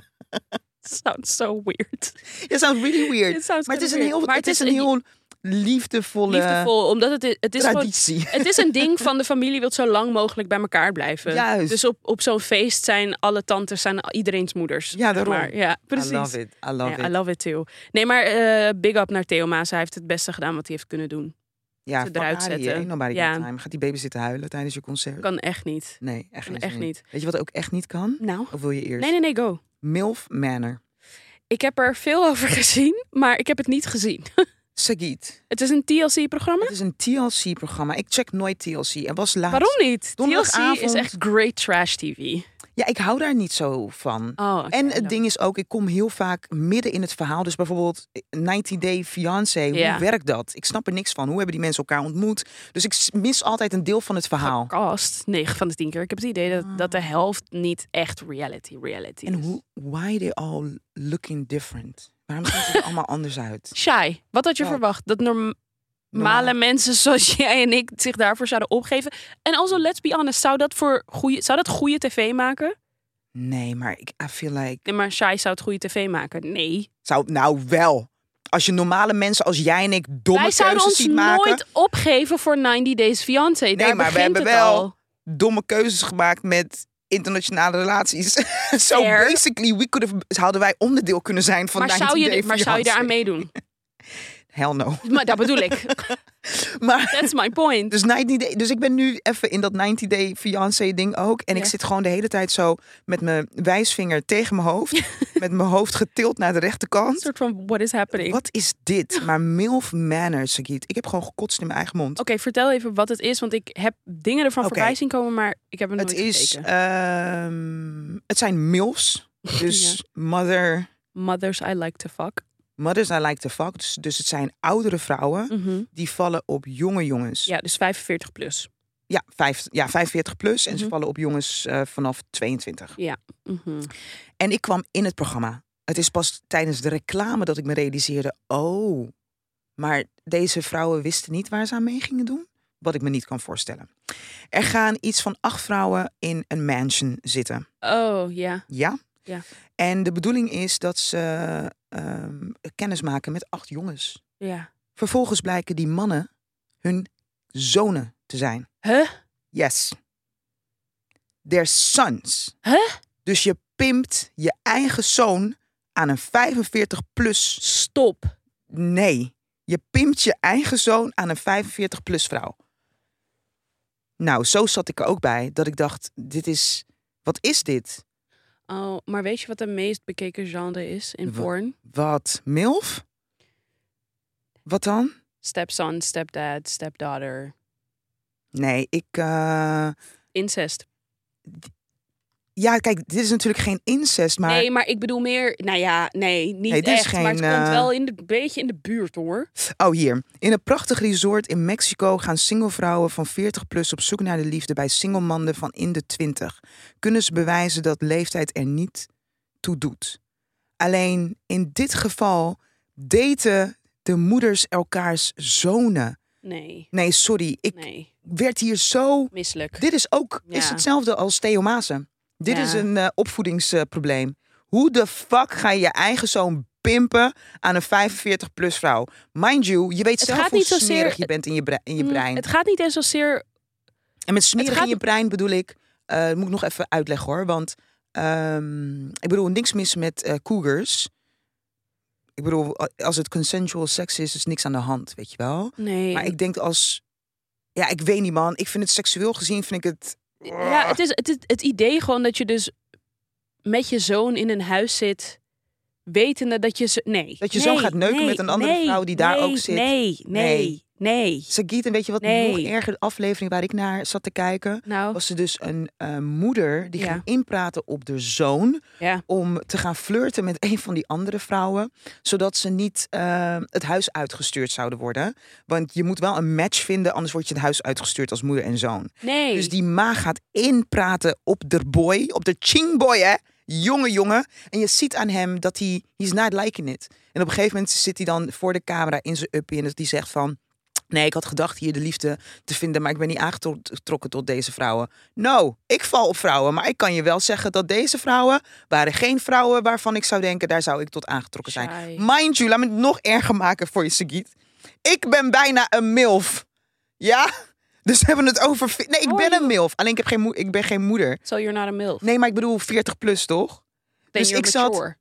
[SPEAKER 1] sounds so weird.
[SPEAKER 2] Ja, sounds really
[SPEAKER 1] It
[SPEAKER 2] weird.
[SPEAKER 1] sounds
[SPEAKER 2] Maar het is
[SPEAKER 1] kinda
[SPEAKER 2] een
[SPEAKER 1] weird.
[SPEAKER 2] heel,
[SPEAKER 1] Maar
[SPEAKER 2] het is een heel eh, liefdevolle,
[SPEAKER 1] liefdevol, omdat het, i- het is gewoon
[SPEAKER 2] traditie.
[SPEAKER 1] Het is een ding van de familie wil zo lang mogelijk bij elkaar blijven.
[SPEAKER 2] Juist.
[SPEAKER 1] Dus op, op zo'n feest zijn alle tantes zijn iedereen's moeders.
[SPEAKER 2] Ja, daarom.
[SPEAKER 1] Maar, ja, precies.
[SPEAKER 2] I love it. I love
[SPEAKER 1] Ja,
[SPEAKER 2] it.
[SPEAKER 1] I love it too. Nee, maar eh, big up naar Theo Maas. Hij heeft het beste gedaan wat hij heeft kunnen doen.
[SPEAKER 2] ja,
[SPEAKER 1] ze
[SPEAKER 2] fuck
[SPEAKER 1] eruit
[SPEAKER 2] Arie,
[SPEAKER 1] zetten.
[SPEAKER 2] ain't nobody
[SPEAKER 1] Ja.
[SPEAKER 2] got time. Gaat die baby zitten huilen tijdens je concert?
[SPEAKER 1] Kan echt niet.
[SPEAKER 2] Nee, echt,
[SPEAKER 1] Kan
[SPEAKER 2] geen
[SPEAKER 1] echt
[SPEAKER 2] zin.
[SPEAKER 1] niet.
[SPEAKER 2] Weet je wat ook echt niet kan?
[SPEAKER 1] Nou.
[SPEAKER 2] Of wil je eerst?
[SPEAKER 1] Nee, nee, nee, go.
[SPEAKER 2] Milf Manor.
[SPEAKER 1] Ik heb er veel over gezien, maar ik heb het niet gezien.
[SPEAKER 2] Sagit.
[SPEAKER 1] Het is een TLC-programma.
[SPEAKER 2] Het is een TLC-programma. Ik check nooit TLC. En was laatst...
[SPEAKER 1] Waarom niet? TLC
[SPEAKER 2] Donderdagavond.
[SPEAKER 1] is echt great trash TV.
[SPEAKER 2] Ja, ik hou daar niet zo van.
[SPEAKER 1] Oh, oké,
[SPEAKER 2] En
[SPEAKER 1] dan-
[SPEAKER 2] het ding is ook, ik kom heel vaak midden in het verhaal. Dus bijvoorbeeld 90 Day Fiancé,
[SPEAKER 1] Ja.
[SPEAKER 2] hoe werkt dat? Ik snap er niks van. Hoe hebben die mensen elkaar ontmoet? Dus ik s- mis altijd een deel van het verhaal.
[SPEAKER 1] Cast, 9 van de 10 keer. Ik heb het idee dat, dat de helft niet echt reality reality
[SPEAKER 2] Ah. En
[SPEAKER 1] is.
[SPEAKER 2] hoe, why they all looking different? Waarom zien ze er allemaal anders uit?
[SPEAKER 1] Shy. Wat had je
[SPEAKER 2] Ja.
[SPEAKER 1] verwacht? Dat normale
[SPEAKER 2] Normaal.
[SPEAKER 1] mensen zoals jij en ik zich daarvoor zouden opgeven. En also, let's be honest, zou dat voor goede, zou dat goede tv maken?
[SPEAKER 2] Nee, maar ik, I feel like...
[SPEAKER 1] Nee, maar Shy zou het goede tv maken. Nee.
[SPEAKER 2] Zou, nou wel. Als je normale mensen als jij en ik domme
[SPEAKER 1] Wij zouden
[SPEAKER 2] keuzes
[SPEAKER 1] ons
[SPEAKER 2] ziet maken.
[SPEAKER 1] nooit opgeven voor 90 Days Fiancé. Nee, Daar
[SPEAKER 2] maar we
[SPEAKER 1] begint
[SPEAKER 2] hebben
[SPEAKER 1] het
[SPEAKER 2] wel-
[SPEAKER 1] al.
[SPEAKER 2] Domme keuzes gemaakt met internationale relaties. so
[SPEAKER 1] Fair.
[SPEAKER 2] basically, we could have, hadden wij onderdeel kunnen zijn van
[SPEAKER 1] Maar
[SPEAKER 2] 90
[SPEAKER 1] zou,
[SPEAKER 2] Day
[SPEAKER 1] je, maar zou je
[SPEAKER 2] Fiancé.
[SPEAKER 1] daaraan meedoen?
[SPEAKER 2] Hell no.
[SPEAKER 1] Maar dat bedoel ik.
[SPEAKER 2] Maar,
[SPEAKER 1] That's my point.
[SPEAKER 2] dus, 90 day, dus ik ben nu even in dat 90 Day Fiancé ding ook. En ik
[SPEAKER 1] Ja.
[SPEAKER 2] zit gewoon de hele tijd zo met mijn wijsvinger tegen mijn hoofd. met mijn hoofd getild naar de
[SPEAKER 1] Een
[SPEAKER 2] rechterkant.
[SPEAKER 1] soort van, what is happening?
[SPEAKER 2] Wat is dit? Maar MILF manners, Sagit. Ik heb gewoon gekotst in mijn eigen mond.
[SPEAKER 1] Oké, vertel even wat het is, want ik heb dingen ervan
[SPEAKER 2] Oké.
[SPEAKER 1] voorbij zien komen, maar ik heb hem nooit
[SPEAKER 2] Het, is,
[SPEAKER 1] gekeken.
[SPEAKER 2] ehm, het zijn MILFs. Dus mother,
[SPEAKER 1] Mothers I Like to Fuck.
[SPEAKER 2] mothers I like to fuck. Dus, dus het zijn oudere vrouwen
[SPEAKER 1] Mhm.
[SPEAKER 2] die vallen op jonge jongens.
[SPEAKER 1] Ja, dus 45 plus.
[SPEAKER 2] Ja, vijf, ja 45 plus. En
[SPEAKER 1] Mhm.
[SPEAKER 2] ze vallen op jongens eh, vanaf 22.
[SPEAKER 1] Mhm.
[SPEAKER 2] Mm-hmm. En ik kwam in het programma. Het is pas tijdens de reclame dat ik me realiseerde... oh, maar deze vrouwen wisten niet waar ze aan mee gingen doen? Wat ik me niet kan voorstellen. Er gaan iets van acht vrouwen in een mansion zitten.
[SPEAKER 1] Oh, ja.
[SPEAKER 2] Ja?
[SPEAKER 1] Ja.
[SPEAKER 2] En de bedoeling is dat ze ehm, kennis maken met acht jongens.
[SPEAKER 1] Ja.
[SPEAKER 2] Vervolgens blijken die mannen hun zonen te zijn.
[SPEAKER 1] Huh?
[SPEAKER 2] Yes. Their sons.
[SPEAKER 1] Huh?
[SPEAKER 2] Dus je pimpt je eigen zoon aan een 45 plus.
[SPEAKER 1] Stop.
[SPEAKER 2] Nee. Je pimpt je eigen zoon aan een 45 plus vrouw. Nou, zo zat ik er ook bij. Dat ik dacht, dit is... Wat is dit?
[SPEAKER 1] Oh, maar weet je wat de meest bekeken genre is in
[SPEAKER 2] Wa-
[SPEAKER 1] porn?
[SPEAKER 2] Wat? Milf? Wat dan?
[SPEAKER 1] Stepson, stepdad, stepdaughter.
[SPEAKER 2] Nee, ik... eh,
[SPEAKER 1] Incest.
[SPEAKER 2] Ja, kijk, dit is natuurlijk geen incest, maar...
[SPEAKER 1] Nee, maar ik bedoel meer... Nou ja, nee, niet
[SPEAKER 2] Nee, dit is
[SPEAKER 1] echt. maar het
[SPEAKER 2] geen,
[SPEAKER 1] komt
[SPEAKER 2] eh,
[SPEAKER 1] wel een beetje in de buurt, hoor.
[SPEAKER 2] Oh, hier. In een prachtig resort in Mexico gaan singlevrouwen van 40 plus op zoek naar de liefde bij singlemannen van in de 20. Kunnen ze bewijzen dat leeftijd er niet toe doet. Alleen in dit geval daten de moeders elkaars zonen.
[SPEAKER 1] Nee,
[SPEAKER 2] Nee, sorry, ik
[SPEAKER 1] nee.
[SPEAKER 2] werd hier zo.
[SPEAKER 1] Misselijk.
[SPEAKER 2] Dit is ook is
[SPEAKER 1] Ja.
[SPEAKER 2] hetzelfde als Theomazen. Dit
[SPEAKER 1] Ja.
[SPEAKER 2] is een eh, opvoedingsprobleem. Hoe de fuck ga je je eigen zoon pimpen aan een 45 plus vrouw? Mind you, je weet
[SPEAKER 1] Het
[SPEAKER 2] zelf
[SPEAKER 1] gaat
[SPEAKER 2] hoe
[SPEAKER 1] niet zozeer-
[SPEAKER 2] smerig je bent in je, bre- in je
[SPEAKER 1] Mm,
[SPEAKER 2] brein.
[SPEAKER 1] Het gaat niet eens zozeer...
[SPEAKER 2] en met smerig
[SPEAKER 1] het gaat-
[SPEAKER 2] in je brein bedoel ik, eh, moet ik nog even uitleggen hoor, want ehm, ik bedoel niks mis met eh, cougars. Ik bedoel, a- als het consensual seks is, is niks aan de hand, weet je wel.
[SPEAKER 1] Nee.
[SPEAKER 2] Maar ik denk als. Ja, ik weet niet, man. Ik vind het seksueel gezien vind ik het
[SPEAKER 1] Ja, het is het, het, het idee gewoon dat je dus met je zoon in een huis zit, wetende dat je ze. Nee.
[SPEAKER 2] Dat je zoon gaat neuken met een andere vrouw die daar
[SPEAKER 1] nee,
[SPEAKER 2] ook zit.
[SPEAKER 1] Nee, nee,
[SPEAKER 2] Nee.
[SPEAKER 1] nee.
[SPEAKER 2] Sagiet, en weet je wat
[SPEAKER 1] Nee.
[SPEAKER 2] nog erger? De aflevering waar ik naar zat te kijken...
[SPEAKER 1] Nou,
[SPEAKER 2] was er dus een eh, moeder die
[SPEAKER 1] Ja.
[SPEAKER 2] ging inpraten op de zoon...
[SPEAKER 1] ja.
[SPEAKER 2] om te gaan flirten met een van die andere vrouwen... zodat ze niet eh, het huis uitgestuurd zouden worden. Want je moet wel een match vinden, anders word je het huis uitgestuurd als moeder en zoon.
[SPEAKER 1] Nee.
[SPEAKER 2] Dus die ma gaat inpraten op de boy, op de chingboy, hè? Jonge jongen. En je ziet aan hem dat hij, he's not liking it. En op een gegeven moment zit hij dan voor de camera in zijn uppie en dat die zegt van... Nee, ik had gedacht hier de liefde te vinden, maar ik ben niet aangetrokken tot deze vrouwen. No, ik val op vrouwen, maar ik kan je wel zeggen dat deze vrouwen waren geen vrouwen waarvan ik zou denken, daar zou ik tot aangetrokken zijn.
[SPEAKER 1] Saai.
[SPEAKER 2] Mind you, laat me het nog erger maken voor je, Sagiet. Ik ben bijna een milf. Ja? Dus we hebben het over... vi- Nee, ik
[SPEAKER 1] Oh,
[SPEAKER 2] ben een
[SPEAKER 1] joh.
[SPEAKER 2] milf. Alleen ik, heb geen moe- ik ben geen moeder.
[SPEAKER 1] So you're not a milf.
[SPEAKER 2] Nee, maar ik bedoel 40 plus, toch?
[SPEAKER 1] Then
[SPEAKER 2] dus
[SPEAKER 1] you're
[SPEAKER 2] ik zat-
[SPEAKER 1] mature.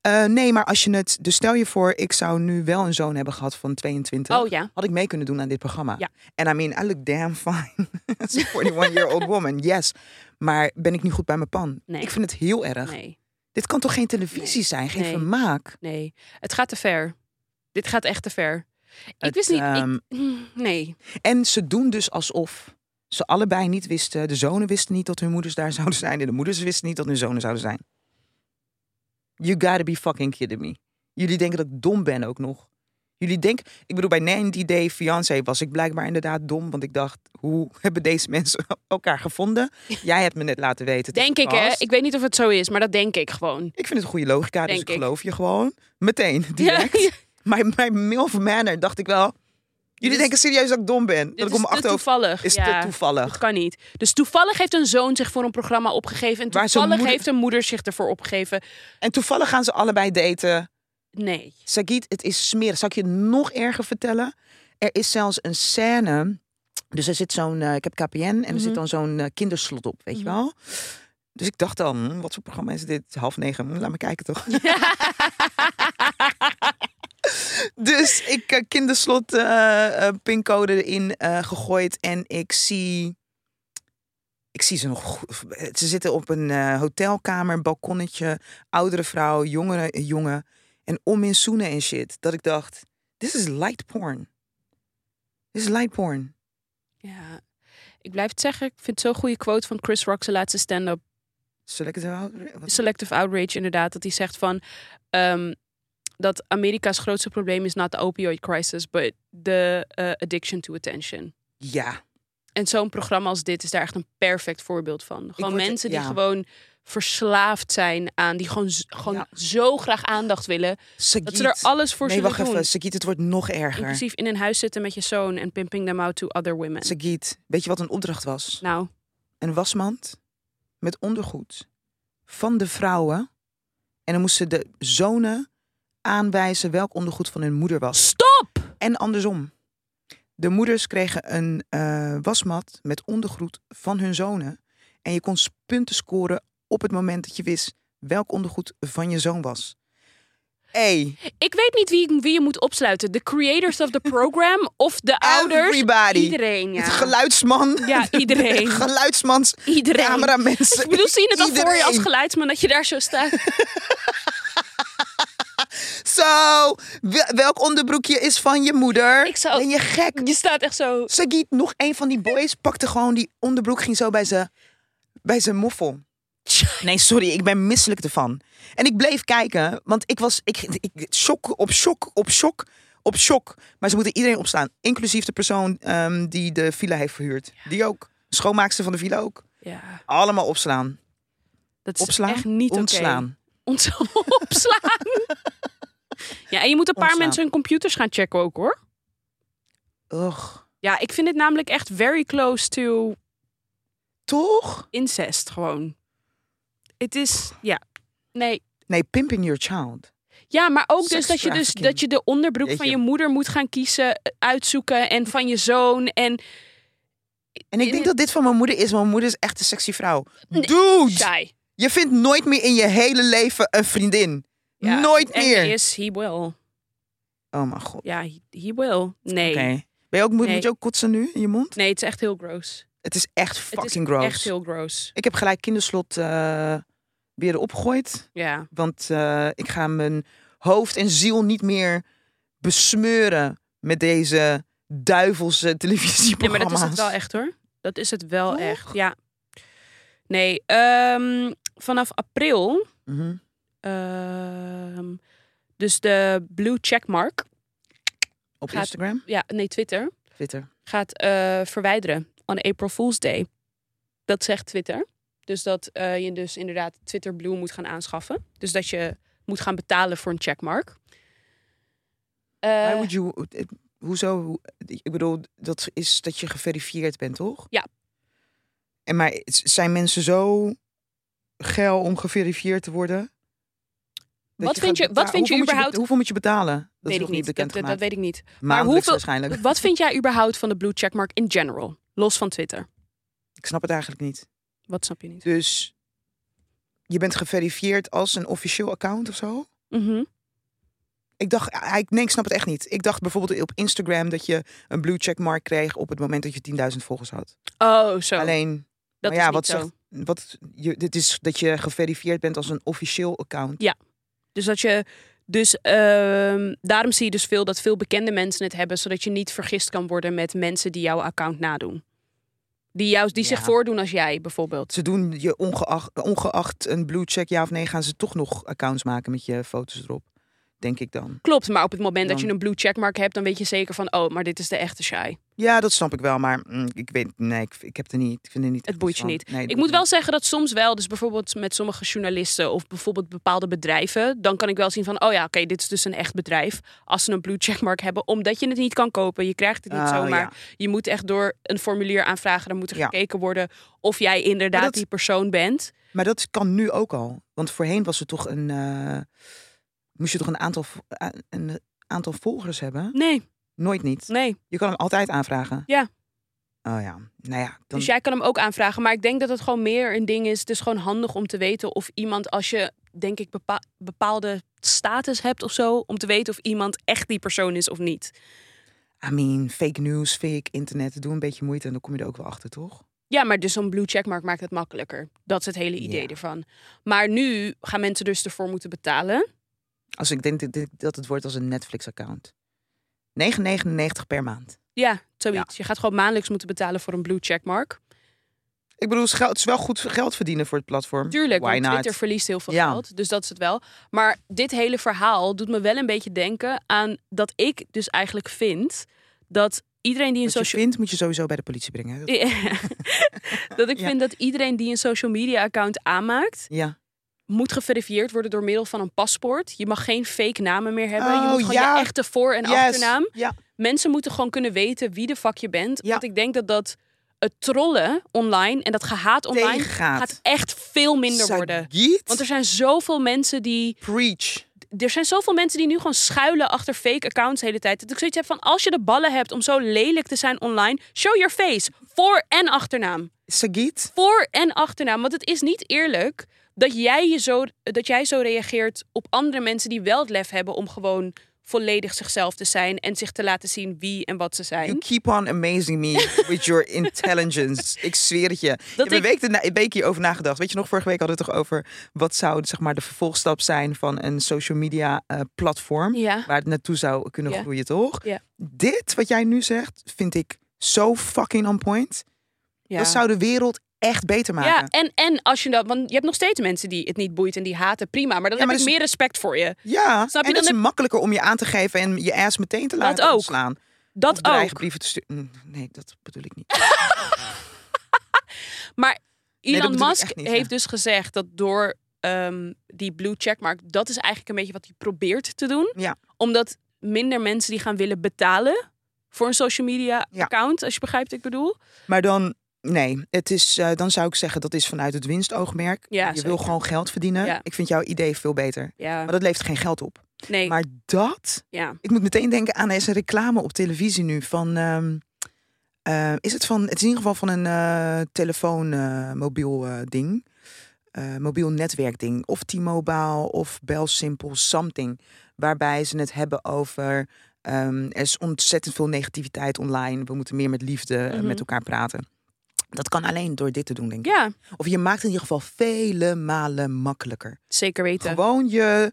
[SPEAKER 2] Eh, nee, maar als je het... Dus stel je voor, ik zou nu wel een zoon hebben gehad van 22.
[SPEAKER 1] Oh ja.
[SPEAKER 2] Had ik mee kunnen doen aan dit programma.
[SPEAKER 1] Ja.
[SPEAKER 2] En I mean, I look damn fine. As a 41-year-old woman, yes. Maar ben ik nu goed bij mijn pan?
[SPEAKER 1] Nee.
[SPEAKER 2] Ik vind het heel erg.
[SPEAKER 1] Nee,
[SPEAKER 2] Dit kan toch geen televisie
[SPEAKER 1] Nee.
[SPEAKER 2] zijn? Geen
[SPEAKER 1] Nee.
[SPEAKER 2] vermaak?
[SPEAKER 1] nee. Het gaat te ver. Dit gaat echt te ver. Ik
[SPEAKER 2] Het,
[SPEAKER 1] wist niet. ik-
[SPEAKER 2] ehm,
[SPEAKER 1] nee.
[SPEAKER 2] En ze doen dus alsof ze allebei niet wisten. De zonen wisten niet dat hun moeders daar zouden zijn. En de moeders wisten niet dat hun zonen zouden zijn. You gotta be fucking kidding me. Jullie denken dat ik dom ben ook nog. Jullie denken... Ik bedoel, bij 90 Day Fiancé was ik blijkbaar inderdaad dom. Want ik dacht, hoe hebben deze mensen elkaar gevonden? Jij hebt me net laten weten. het is
[SPEAKER 1] Denk ik, hè?
[SPEAKER 2] vast.
[SPEAKER 1] Ik weet niet of het zo is, maar dat denk ik gewoon.
[SPEAKER 2] Ik vind het goede logica, dus
[SPEAKER 1] Denk
[SPEAKER 2] ik,
[SPEAKER 1] ik.
[SPEAKER 2] geloof je gewoon. Meteen, direct.
[SPEAKER 1] Ja, ja.
[SPEAKER 2] Mijn, mijn milf manner dacht ik wel... Jullie
[SPEAKER 1] is-
[SPEAKER 2] denken serieus dat ik dom ben.
[SPEAKER 1] Dus Dit
[SPEAKER 2] Dat ik
[SPEAKER 1] is
[SPEAKER 2] om
[SPEAKER 1] te
[SPEAKER 2] mijn achterhoofd...
[SPEAKER 1] toevallig.
[SPEAKER 2] Is
[SPEAKER 1] ja.
[SPEAKER 2] te toevallig.
[SPEAKER 1] Dat kan niet. Dus toevallig heeft een zoon zich voor een programma opgegeven. En
[SPEAKER 2] Waar zijn
[SPEAKER 1] toevallig
[SPEAKER 2] moeder-
[SPEAKER 1] heeft een moeder zich ervoor opgegeven.
[SPEAKER 2] En toevallig gaan ze allebei daten.
[SPEAKER 1] Nee.
[SPEAKER 2] Sagiet, het is smerig. Zal ik je het nog erger vertellen? Er is zelfs een scène. Dus er zit zo'n. eh, ik heb KPN en er zit
[SPEAKER 1] Mhm.
[SPEAKER 2] dan zo'n eh, kinderslot op, weet je
[SPEAKER 1] Mhm.
[SPEAKER 2] wel? Dus ik dacht dan, hm, wat voor programma is dit? Half negen, hm, laat me kijken toch? dus ik eh, kinderslot eh, eh, pincode erin eh, gegooid en ik zie. Ik zie ze nog. goed- Ze zitten op een eh, hotelkamer, een balkonnetje. Oudere vrouw, jongere eh, jongen. En om in zoenen en shit. Dat ik dacht, this is light porn. This is light porn.
[SPEAKER 1] Ja. Ik blijf het zeggen. Ik vind het zo'n goede quote van Chris Rock, zijn laatste stand-up.
[SPEAKER 2] Zal ik het wel? wat-
[SPEAKER 1] Selective outrage, inderdaad. Dat hij zegt van... ehm, dat Amerika's grootste probleem is not the opioid crisis... but the eh, addiction to attention.
[SPEAKER 2] Ja.
[SPEAKER 1] En zo'n programma als dit is daar echt een perfect voorbeeld van. Gewoon
[SPEAKER 2] word-
[SPEAKER 1] mensen
[SPEAKER 2] ja.
[SPEAKER 1] die gewoon verslaafd zijn aan... die gewoon, z- gewoon
[SPEAKER 2] Ja.
[SPEAKER 1] zo graag aandacht willen... dat ze er
[SPEAKER 2] Sagiet.
[SPEAKER 1] alles voor
[SPEAKER 2] Nee,
[SPEAKER 1] zullen
[SPEAKER 2] wacht
[SPEAKER 1] doen.
[SPEAKER 2] even. Sagiet, het wordt nog erger.
[SPEAKER 1] Inclusief in een huis zitten met je zoon en pimping them out to other women.
[SPEAKER 2] Sagiet, weet je wat een opdracht was?
[SPEAKER 1] Nou,
[SPEAKER 2] een wasmand met ondergoed van de vrouwen. En dan moesten de zonen aanwijzen welk ondergoed van hun moeder was.
[SPEAKER 1] stop!
[SPEAKER 2] En andersom. De moeders kregen een eh, wasmat met ondergoed van hun zonen. En je kon s- punten scoren op het moment dat je wist welk ondergoed van je zoon was. Hey,
[SPEAKER 1] Ik weet niet wie, wie je moet opsluiten. De creators of the program of de ouders.
[SPEAKER 2] everybody.
[SPEAKER 1] Iedereen, ja.
[SPEAKER 2] Het geluidsman.
[SPEAKER 1] Ja, iedereen.
[SPEAKER 2] Geluidsmans.
[SPEAKER 1] Iedereen.
[SPEAKER 2] Cameramensen.
[SPEAKER 1] Ik bedoel, zie je het al voor je als
[SPEAKER 2] iedereen.
[SPEAKER 1] geluidsman dat je daar zo staat?
[SPEAKER 2] Zo, wel- welk onderbroekje is van je moeder?
[SPEAKER 1] Ik zou-
[SPEAKER 2] Ben je gek?
[SPEAKER 1] Je staat echt zo...
[SPEAKER 2] Sagiet, nog een van die boys, pakte gewoon die onderbroek, ging zo bij zijn bij zijn moffel. Nee, sorry, ik ben misselijk ervan. En ik bleef kijken, want ik was ik, ik, shock op shock op shock op shock. Maar ze moeten iedereen opstaan, inclusief de persoon ehm, die de villa heeft verhuurd. Die ook. Schoonmaakster van de villa ook.
[SPEAKER 1] Ja,
[SPEAKER 2] Allemaal opslaan.
[SPEAKER 1] dat is
[SPEAKER 2] Opslaan.
[SPEAKER 1] echt niet oké.
[SPEAKER 2] ontslaan.
[SPEAKER 1] Ont- opslaan. ja, en je moet een paar
[SPEAKER 2] Ontslaan.
[SPEAKER 1] mensen hun computers gaan checken ook, hoor.
[SPEAKER 2] Ugh.
[SPEAKER 1] Ja, ik vind dit namelijk echt very close to
[SPEAKER 2] Toch?
[SPEAKER 1] incest, gewoon. Het is... Ja. Nee,
[SPEAKER 2] Nee, pimping your child.
[SPEAKER 1] Ja, maar ook dus
[SPEAKER 2] Sex
[SPEAKER 1] dat je dus
[SPEAKER 2] trafficking.
[SPEAKER 1] dat je de onderbroek van
[SPEAKER 2] Jeetje.
[SPEAKER 1] je moeder moet gaan kiezen, eh, uitzoeken en van je zoon en
[SPEAKER 2] En ik
[SPEAKER 1] In het-
[SPEAKER 2] denk dat dit van mijn moeder is. want Mijn moeder is echt een sexy vrouw. Dude,
[SPEAKER 1] saai.
[SPEAKER 2] je vindt nooit meer in je hele leven een vriendin. nooit
[SPEAKER 1] en
[SPEAKER 2] meer.
[SPEAKER 1] He is he will.
[SPEAKER 2] Oh mijn god.
[SPEAKER 1] Ja, he, he will. Nee.
[SPEAKER 2] Oké. Ben je ook, moet,
[SPEAKER 1] Nee.
[SPEAKER 2] moet je ook kotsen nu in je mond?
[SPEAKER 1] Nee, het is echt heel gross.
[SPEAKER 2] Het is echt
[SPEAKER 1] Het is
[SPEAKER 2] fucking gross.
[SPEAKER 1] echt heel gross.
[SPEAKER 2] Ik heb gelijk kinderslot eh weer erop gegooid.
[SPEAKER 1] Ja.
[SPEAKER 2] Want eh, ik ga mijn hoofd en ziel niet meer besmeuren met deze duivelse
[SPEAKER 1] Nee, maar
[SPEAKER 2] televisieprogramma's.
[SPEAKER 1] dat is het wel echt hoor. Dat is het wel
[SPEAKER 2] Toch?
[SPEAKER 1] echt. Ja. Nee, ehm, vanaf april
[SPEAKER 2] Mhm.
[SPEAKER 1] Ehm, dus de blue checkmark,
[SPEAKER 2] Op
[SPEAKER 1] Gaat-
[SPEAKER 2] Instagram,
[SPEAKER 1] ja, nee, Twitter,
[SPEAKER 2] Twitter.
[SPEAKER 1] gaat eh, verwijderen on April Fool's Day. Dat zegt Twitter. Dus dat eh, je dus inderdaad Twitter Blue moet gaan aanschaffen. Dus dat je moet gaan betalen voor een checkmark. Eh,
[SPEAKER 2] Why would you, eh, hoezo? Hoe- Ik bedoel, dat is dat je geverifieerd bent, toch?
[SPEAKER 1] Ja.
[SPEAKER 2] En maar het- zijn mensen zo geil om geverifieerd te worden? Dat
[SPEAKER 1] Wat
[SPEAKER 2] gaat
[SPEAKER 1] vind je- wat
[SPEAKER 2] beta-
[SPEAKER 1] vind je
[SPEAKER 2] hoeveel moet
[SPEAKER 1] überhaupt-
[SPEAKER 2] beta- hoeveel moet je betalen? Dat is
[SPEAKER 1] weet ik
[SPEAKER 2] nog
[SPEAKER 1] niet.
[SPEAKER 2] niet
[SPEAKER 1] Dat,
[SPEAKER 2] bekend
[SPEAKER 1] dat, dat weet ik niet.
[SPEAKER 2] Maandelijks
[SPEAKER 1] hoeveel-
[SPEAKER 2] waarschijnlijk.
[SPEAKER 1] Wat vind jij überhaupt van de blue checkmark in general? Los van Twitter.
[SPEAKER 2] Ik snap het eigenlijk niet.
[SPEAKER 1] Wat snap je niet?
[SPEAKER 2] Dus je bent geverifieerd als een officieel account of zo?
[SPEAKER 1] Mhm.
[SPEAKER 2] Ik dacht, eh, ik, nee, ik snap het echt niet. Ik dacht bijvoorbeeld op Instagram dat je een blue checkmark kreeg op het moment dat je 10.000 volgers had.
[SPEAKER 1] Oh, zo.
[SPEAKER 2] Alleen,
[SPEAKER 1] dat
[SPEAKER 2] maar
[SPEAKER 1] is
[SPEAKER 2] ja,
[SPEAKER 1] niet
[SPEAKER 2] wat
[SPEAKER 1] zo.
[SPEAKER 2] zegt wat je, dit is dat je geverifieerd bent als een officieel account.
[SPEAKER 1] Dus dat je. Dus ehm, daarom zie je dus veel dat veel bekende mensen het hebben, zodat je niet vergist kan worden met mensen die jouw account nadoen. Die, jou, die zich
[SPEAKER 2] Ja.
[SPEAKER 1] voordoen als jij bijvoorbeeld.
[SPEAKER 2] Ze doen je ongeacht, ongeacht een blue check ja of nee, gaan ze toch nog accounts maken met je foto's erop. Denk ik dan.
[SPEAKER 1] Klopt, maar op het moment dat
[SPEAKER 2] Dan-
[SPEAKER 1] je een blue checkmark hebt, dan weet je zeker van, oh, maar dit is de echte shy.
[SPEAKER 2] Ja, dat snap ik wel, maar mm, ik weet, nee, ik, ik heb er niet, ik vind er niet.
[SPEAKER 1] Het
[SPEAKER 2] echt
[SPEAKER 1] boeit
[SPEAKER 2] iets
[SPEAKER 1] je
[SPEAKER 2] van.
[SPEAKER 1] niet.
[SPEAKER 2] Nee, het
[SPEAKER 1] Ik moet
[SPEAKER 2] boeit
[SPEAKER 1] wel zeggen dat soms wel, dus bijvoorbeeld met sommige journalisten of bijvoorbeeld bepaalde bedrijven, dan kan ik wel zien van, oh ja, oké, dit is dus een echt bedrijf. Als ze een blue checkmark hebben, omdat je het niet kan kopen, je krijgt het niet
[SPEAKER 2] Ah,
[SPEAKER 1] zomaar.
[SPEAKER 2] ja.
[SPEAKER 1] Je moet echt door een formulier aanvragen. Dan moet er
[SPEAKER 2] Ja.
[SPEAKER 1] gekeken worden of jij inderdaad
[SPEAKER 2] Maar dat-
[SPEAKER 1] die persoon bent.
[SPEAKER 2] Maar dat kan nu ook al. Want voorheen was het toch een. eh, moest je toch een aantal, vo- a- een aantal volgers hebben?
[SPEAKER 1] Nee,
[SPEAKER 2] Nooit niet.
[SPEAKER 1] nee.
[SPEAKER 2] Je kan hem altijd aanvragen.
[SPEAKER 1] Ja.
[SPEAKER 2] Oh ja. Nou ja. Dan,
[SPEAKER 1] Dus jij kan hem ook aanvragen. Maar ik denk dat het gewoon meer een ding is. Het is gewoon handig om te weten of iemand, als je denk ik bepa- bepaalde status hebt of zo, om te weten of iemand echt die persoon is of niet.
[SPEAKER 2] I mean, fake news, fake internet. Doe een beetje moeite en dan kom je er ook wel achter, toch?
[SPEAKER 1] Ja, maar dus zo'n blue checkmark maakt het makkelijker. Dat is het hele idee
[SPEAKER 2] Ja.
[SPEAKER 1] ervan. Maar nu gaan mensen dus ervoor moeten betalen.
[SPEAKER 2] Als ik denk dat dit- dat het wordt als een Netflix-account. 9,99 per maand.
[SPEAKER 1] Ja, zoiets. Je gaat gewoon maandelijks moeten betalen voor een blue checkmark.
[SPEAKER 2] Ik bedoel, het is geld- het is wel goed geld verdienen voor het platform.
[SPEAKER 1] Tuurlijk,
[SPEAKER 2] Why
[SPEAKER 1] want
[SPEAKER 2] not?
[SPEAKER 1] Twitter verliest heel veel
[SPEAKER 2] Ja.
[SPEAKER 1] geld. Dus dat is het wel. Maar dit hele verhaal doet me wel een beetje denken aan dat ik dus eigenlijk vind dat iedereen die een
[SPEAKER 2] Wat je
[SPEAKER 1] social
[SPEAKER 2] vindt, moet je sowieso bij de politie brengen. hè?
[SPEAKER 1] dat ik
[SPEAKER 2] Ja.
[SPEAKER 1] vind dat iedereen die een social media account aanmaakt
[SPEAKER 2] Ja.
[SPEAKER 1] moet geverifieerd worden door middel van een paspoort. Je mag geen fake namen meer hebben. je
[SPEAKER 2] Oh,
[SPEAKER 1] moet gewoon
[SPEAKER 2] ja.
[SPEAKER 1] je echte voor- en
[SPEAKER 2] Yes.
[SPEAKER 1] achternaam.
[SPEAKER 2] Ja.
[SPEAKER 1] Mensen moeten gewoon kunnen weten wie de fuck je bent.
[SPEAKER 2] Ja.
[SPEAKER 1] Want ik denk dat dat het trollen online en dat gehaat online
[SPEAKER 2] Tegengaat.
[SPEAKER 1] gaat echt veel minder worden.
[SPEAKER 2] Sagiet?
[SPEAKER 1] Want er zijn zoveel mensen die
[SPEAKER 2] Preach.
[SPEAKER 1] er zijn zoveel mensen die nu gewoon schuilen achter fake accounts de hele tijd. Dat ik zoiets heb van, als je de ballen hebt om zo lelijk te zijn online, show your face. Voor- en achternaam.
[SPEAKER 2] Sagiet?
[SPEAKER 1] Voor- en achternaam. Want het is niet eerlijk dat jij, je zo, dat jij zo reageert op andere mensen die wel het lef hebben om gewoon volledig zichzelf te zijn en zich te laten zien wie en wat ze
[SPEAKER 2] You
[SPEAKER 1] zijn.
[SPEAKER 2] keep on amazing me with your intelligence. ik zweer het je.
[SPEAKER 1] Dat ik-
[SPEAKER 2] ik heb een week, erna- een week hierover nagedacht. Weet je nog, vorige week hadden we het toch over... wat zou zeg maar, de vervolgstap zijn van een social media eh, platform...
[SPEAKER 1] Ja.
[SPEAKER 2] waar het naartoe zou kunnen
[SPEAKER 1] Ja.
[SPEAKER 2] groeien, toch?
[SPEAKER 1] Ja.
[SPEAKER 2] Dit, wat jij nu zegt, vind ik zo fucking on point. Dat zou de wereld echt beter maken.
[SPEAKER 1] Ja, en, en als je dat, want je hebt nog steeds mensen die het niet boeit en die haten, prima. Maar dan
[SPEAKER 2] Ja, maar
[SPEAKER 1] heb ik
[SPEAKER 2] dus-
[SPEAKER 1] meer respect voor je.
[SPEAKER 2] Ja,
[SPEAKER 1] Snap je,
[SPEAKER 2] en
[SPEAKER 1] dan
[SPEAKER 2] het is
[SPEAKER 1] heb-
[SPEAKER 2] makkelijker om je aan te geven... en je ass meteen te laten
[SPEAKER 1] ook.
[SPEAKER 2] ontslaan.
[SPEAKER 1] Dat
[SPEAKER 2] of
[SPEAKER 1] ook.
[SPEAKER 2] dreigbrieven te sturen. Nee, dat bedoel ik niet.
[SPEAKER 1] Maar
[SPEAKER 2] dat
[SPEAKER 1] Elon
[SPEAKER 2] bedoel ik
[SPEAKER 1] Musk
[SPEAKER 2] echt niet,
[SPEAKER 1] heeft
[SPEAKER 2] ja.
[SPEAKER 1] dus gezegd dat door ehm, die blue checkmark, dat is eigenlijk een beetje wat hij probeert te doen.
[SPEAKER 2] Ja.
[SPEAKER 1] Omdat minder mensen die gaan willen betalen voor een social media
[SPEAKER 2] Ja.
[SPEAKER 1] account, als je begrijpt wat ik bedoel.
[SPEAKER 2] Maar dan, nee, het is, eh, dan zou ik zeggen dat is vanuit het winstoogmerk.
[SPEAKER 1] Ja,
[SPEAKER 2] je
[SPEAKER 1] zeker.
[SPEAKER 2] wil gewoon geld verdienen.
[SPEAKER 1] Ja.
[SPEAKER 2] Ik vind jouw idee veel beter.
[SPEAKER 1] Ja,
[SPEAKER 2] Maar dat levert geen geld op.
[SPEAKER 1] nee,
[SPEAKER 2] Maar dat,
[SPEAKER 1] ja.
[SPEAKER 2] ik moet meteen denken aan deze reclame op televisie nu van. ehm, eh, is het van, het is in ieder geval van een eh, telefoon, eh, mobiel eh, ding. Eh, mobiel netwerkding. Of T-Mobile of Bell Simple, something. Waarbij ze het hebben over. ehm, er is ontzettend veel negativiteit online. We moeten meer met liefde eh,
[SPEAKER 1] Mhm.
[SPEAKER 2] met elkaar praten. Dat kan alleen door dit te doen, denk ik.
[SPEAKER 1] Ja,
[SPEAKER 2] Of je maakt het in ieder geval vele malen makkelijker.
[SPEAKER 1] zeker weten.
[SPEAKER 2] Gewoon je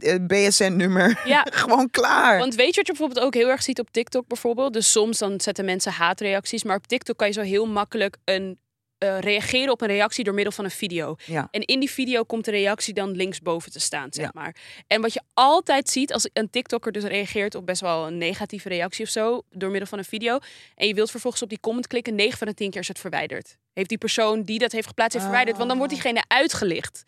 [SPEAKER 2] eh, BSN-nummer.
[SPEAKER 1] Ja.
[SPEAKER 2] Gewoon klaar.
[SPEAKER 1] Want weet je wat je bijvoorbeeld ook heel erg ziet op TikTok bijvoorbeeld? Dus soms dan zetten mensen haatreacties. Maar op TikTok kan je zo heel makkelijk een, eh, reageren op een reactie door middel van een video.
[SPEAKER 2] Ja.
[SPEAKER 1] En in die video komt de reactie dan linksboven te staan, zeg
[SPEAKER 2] Ja.
[SPEAKER 1] maar. En wat je altijd ziet als een TikToker dus reageert op best wel een negatieve reactie of zo... door middel van een video. En je wilt vervolgens op die comment klikken. 9 van de 10 keer is het verwijderd. Heeft die persoon die dat heeft geplaatst, heeft verwijderd. Want dan wordt
[SPEAKER 2] Ah.
[SPEAKER 1] diegene uitgelicht.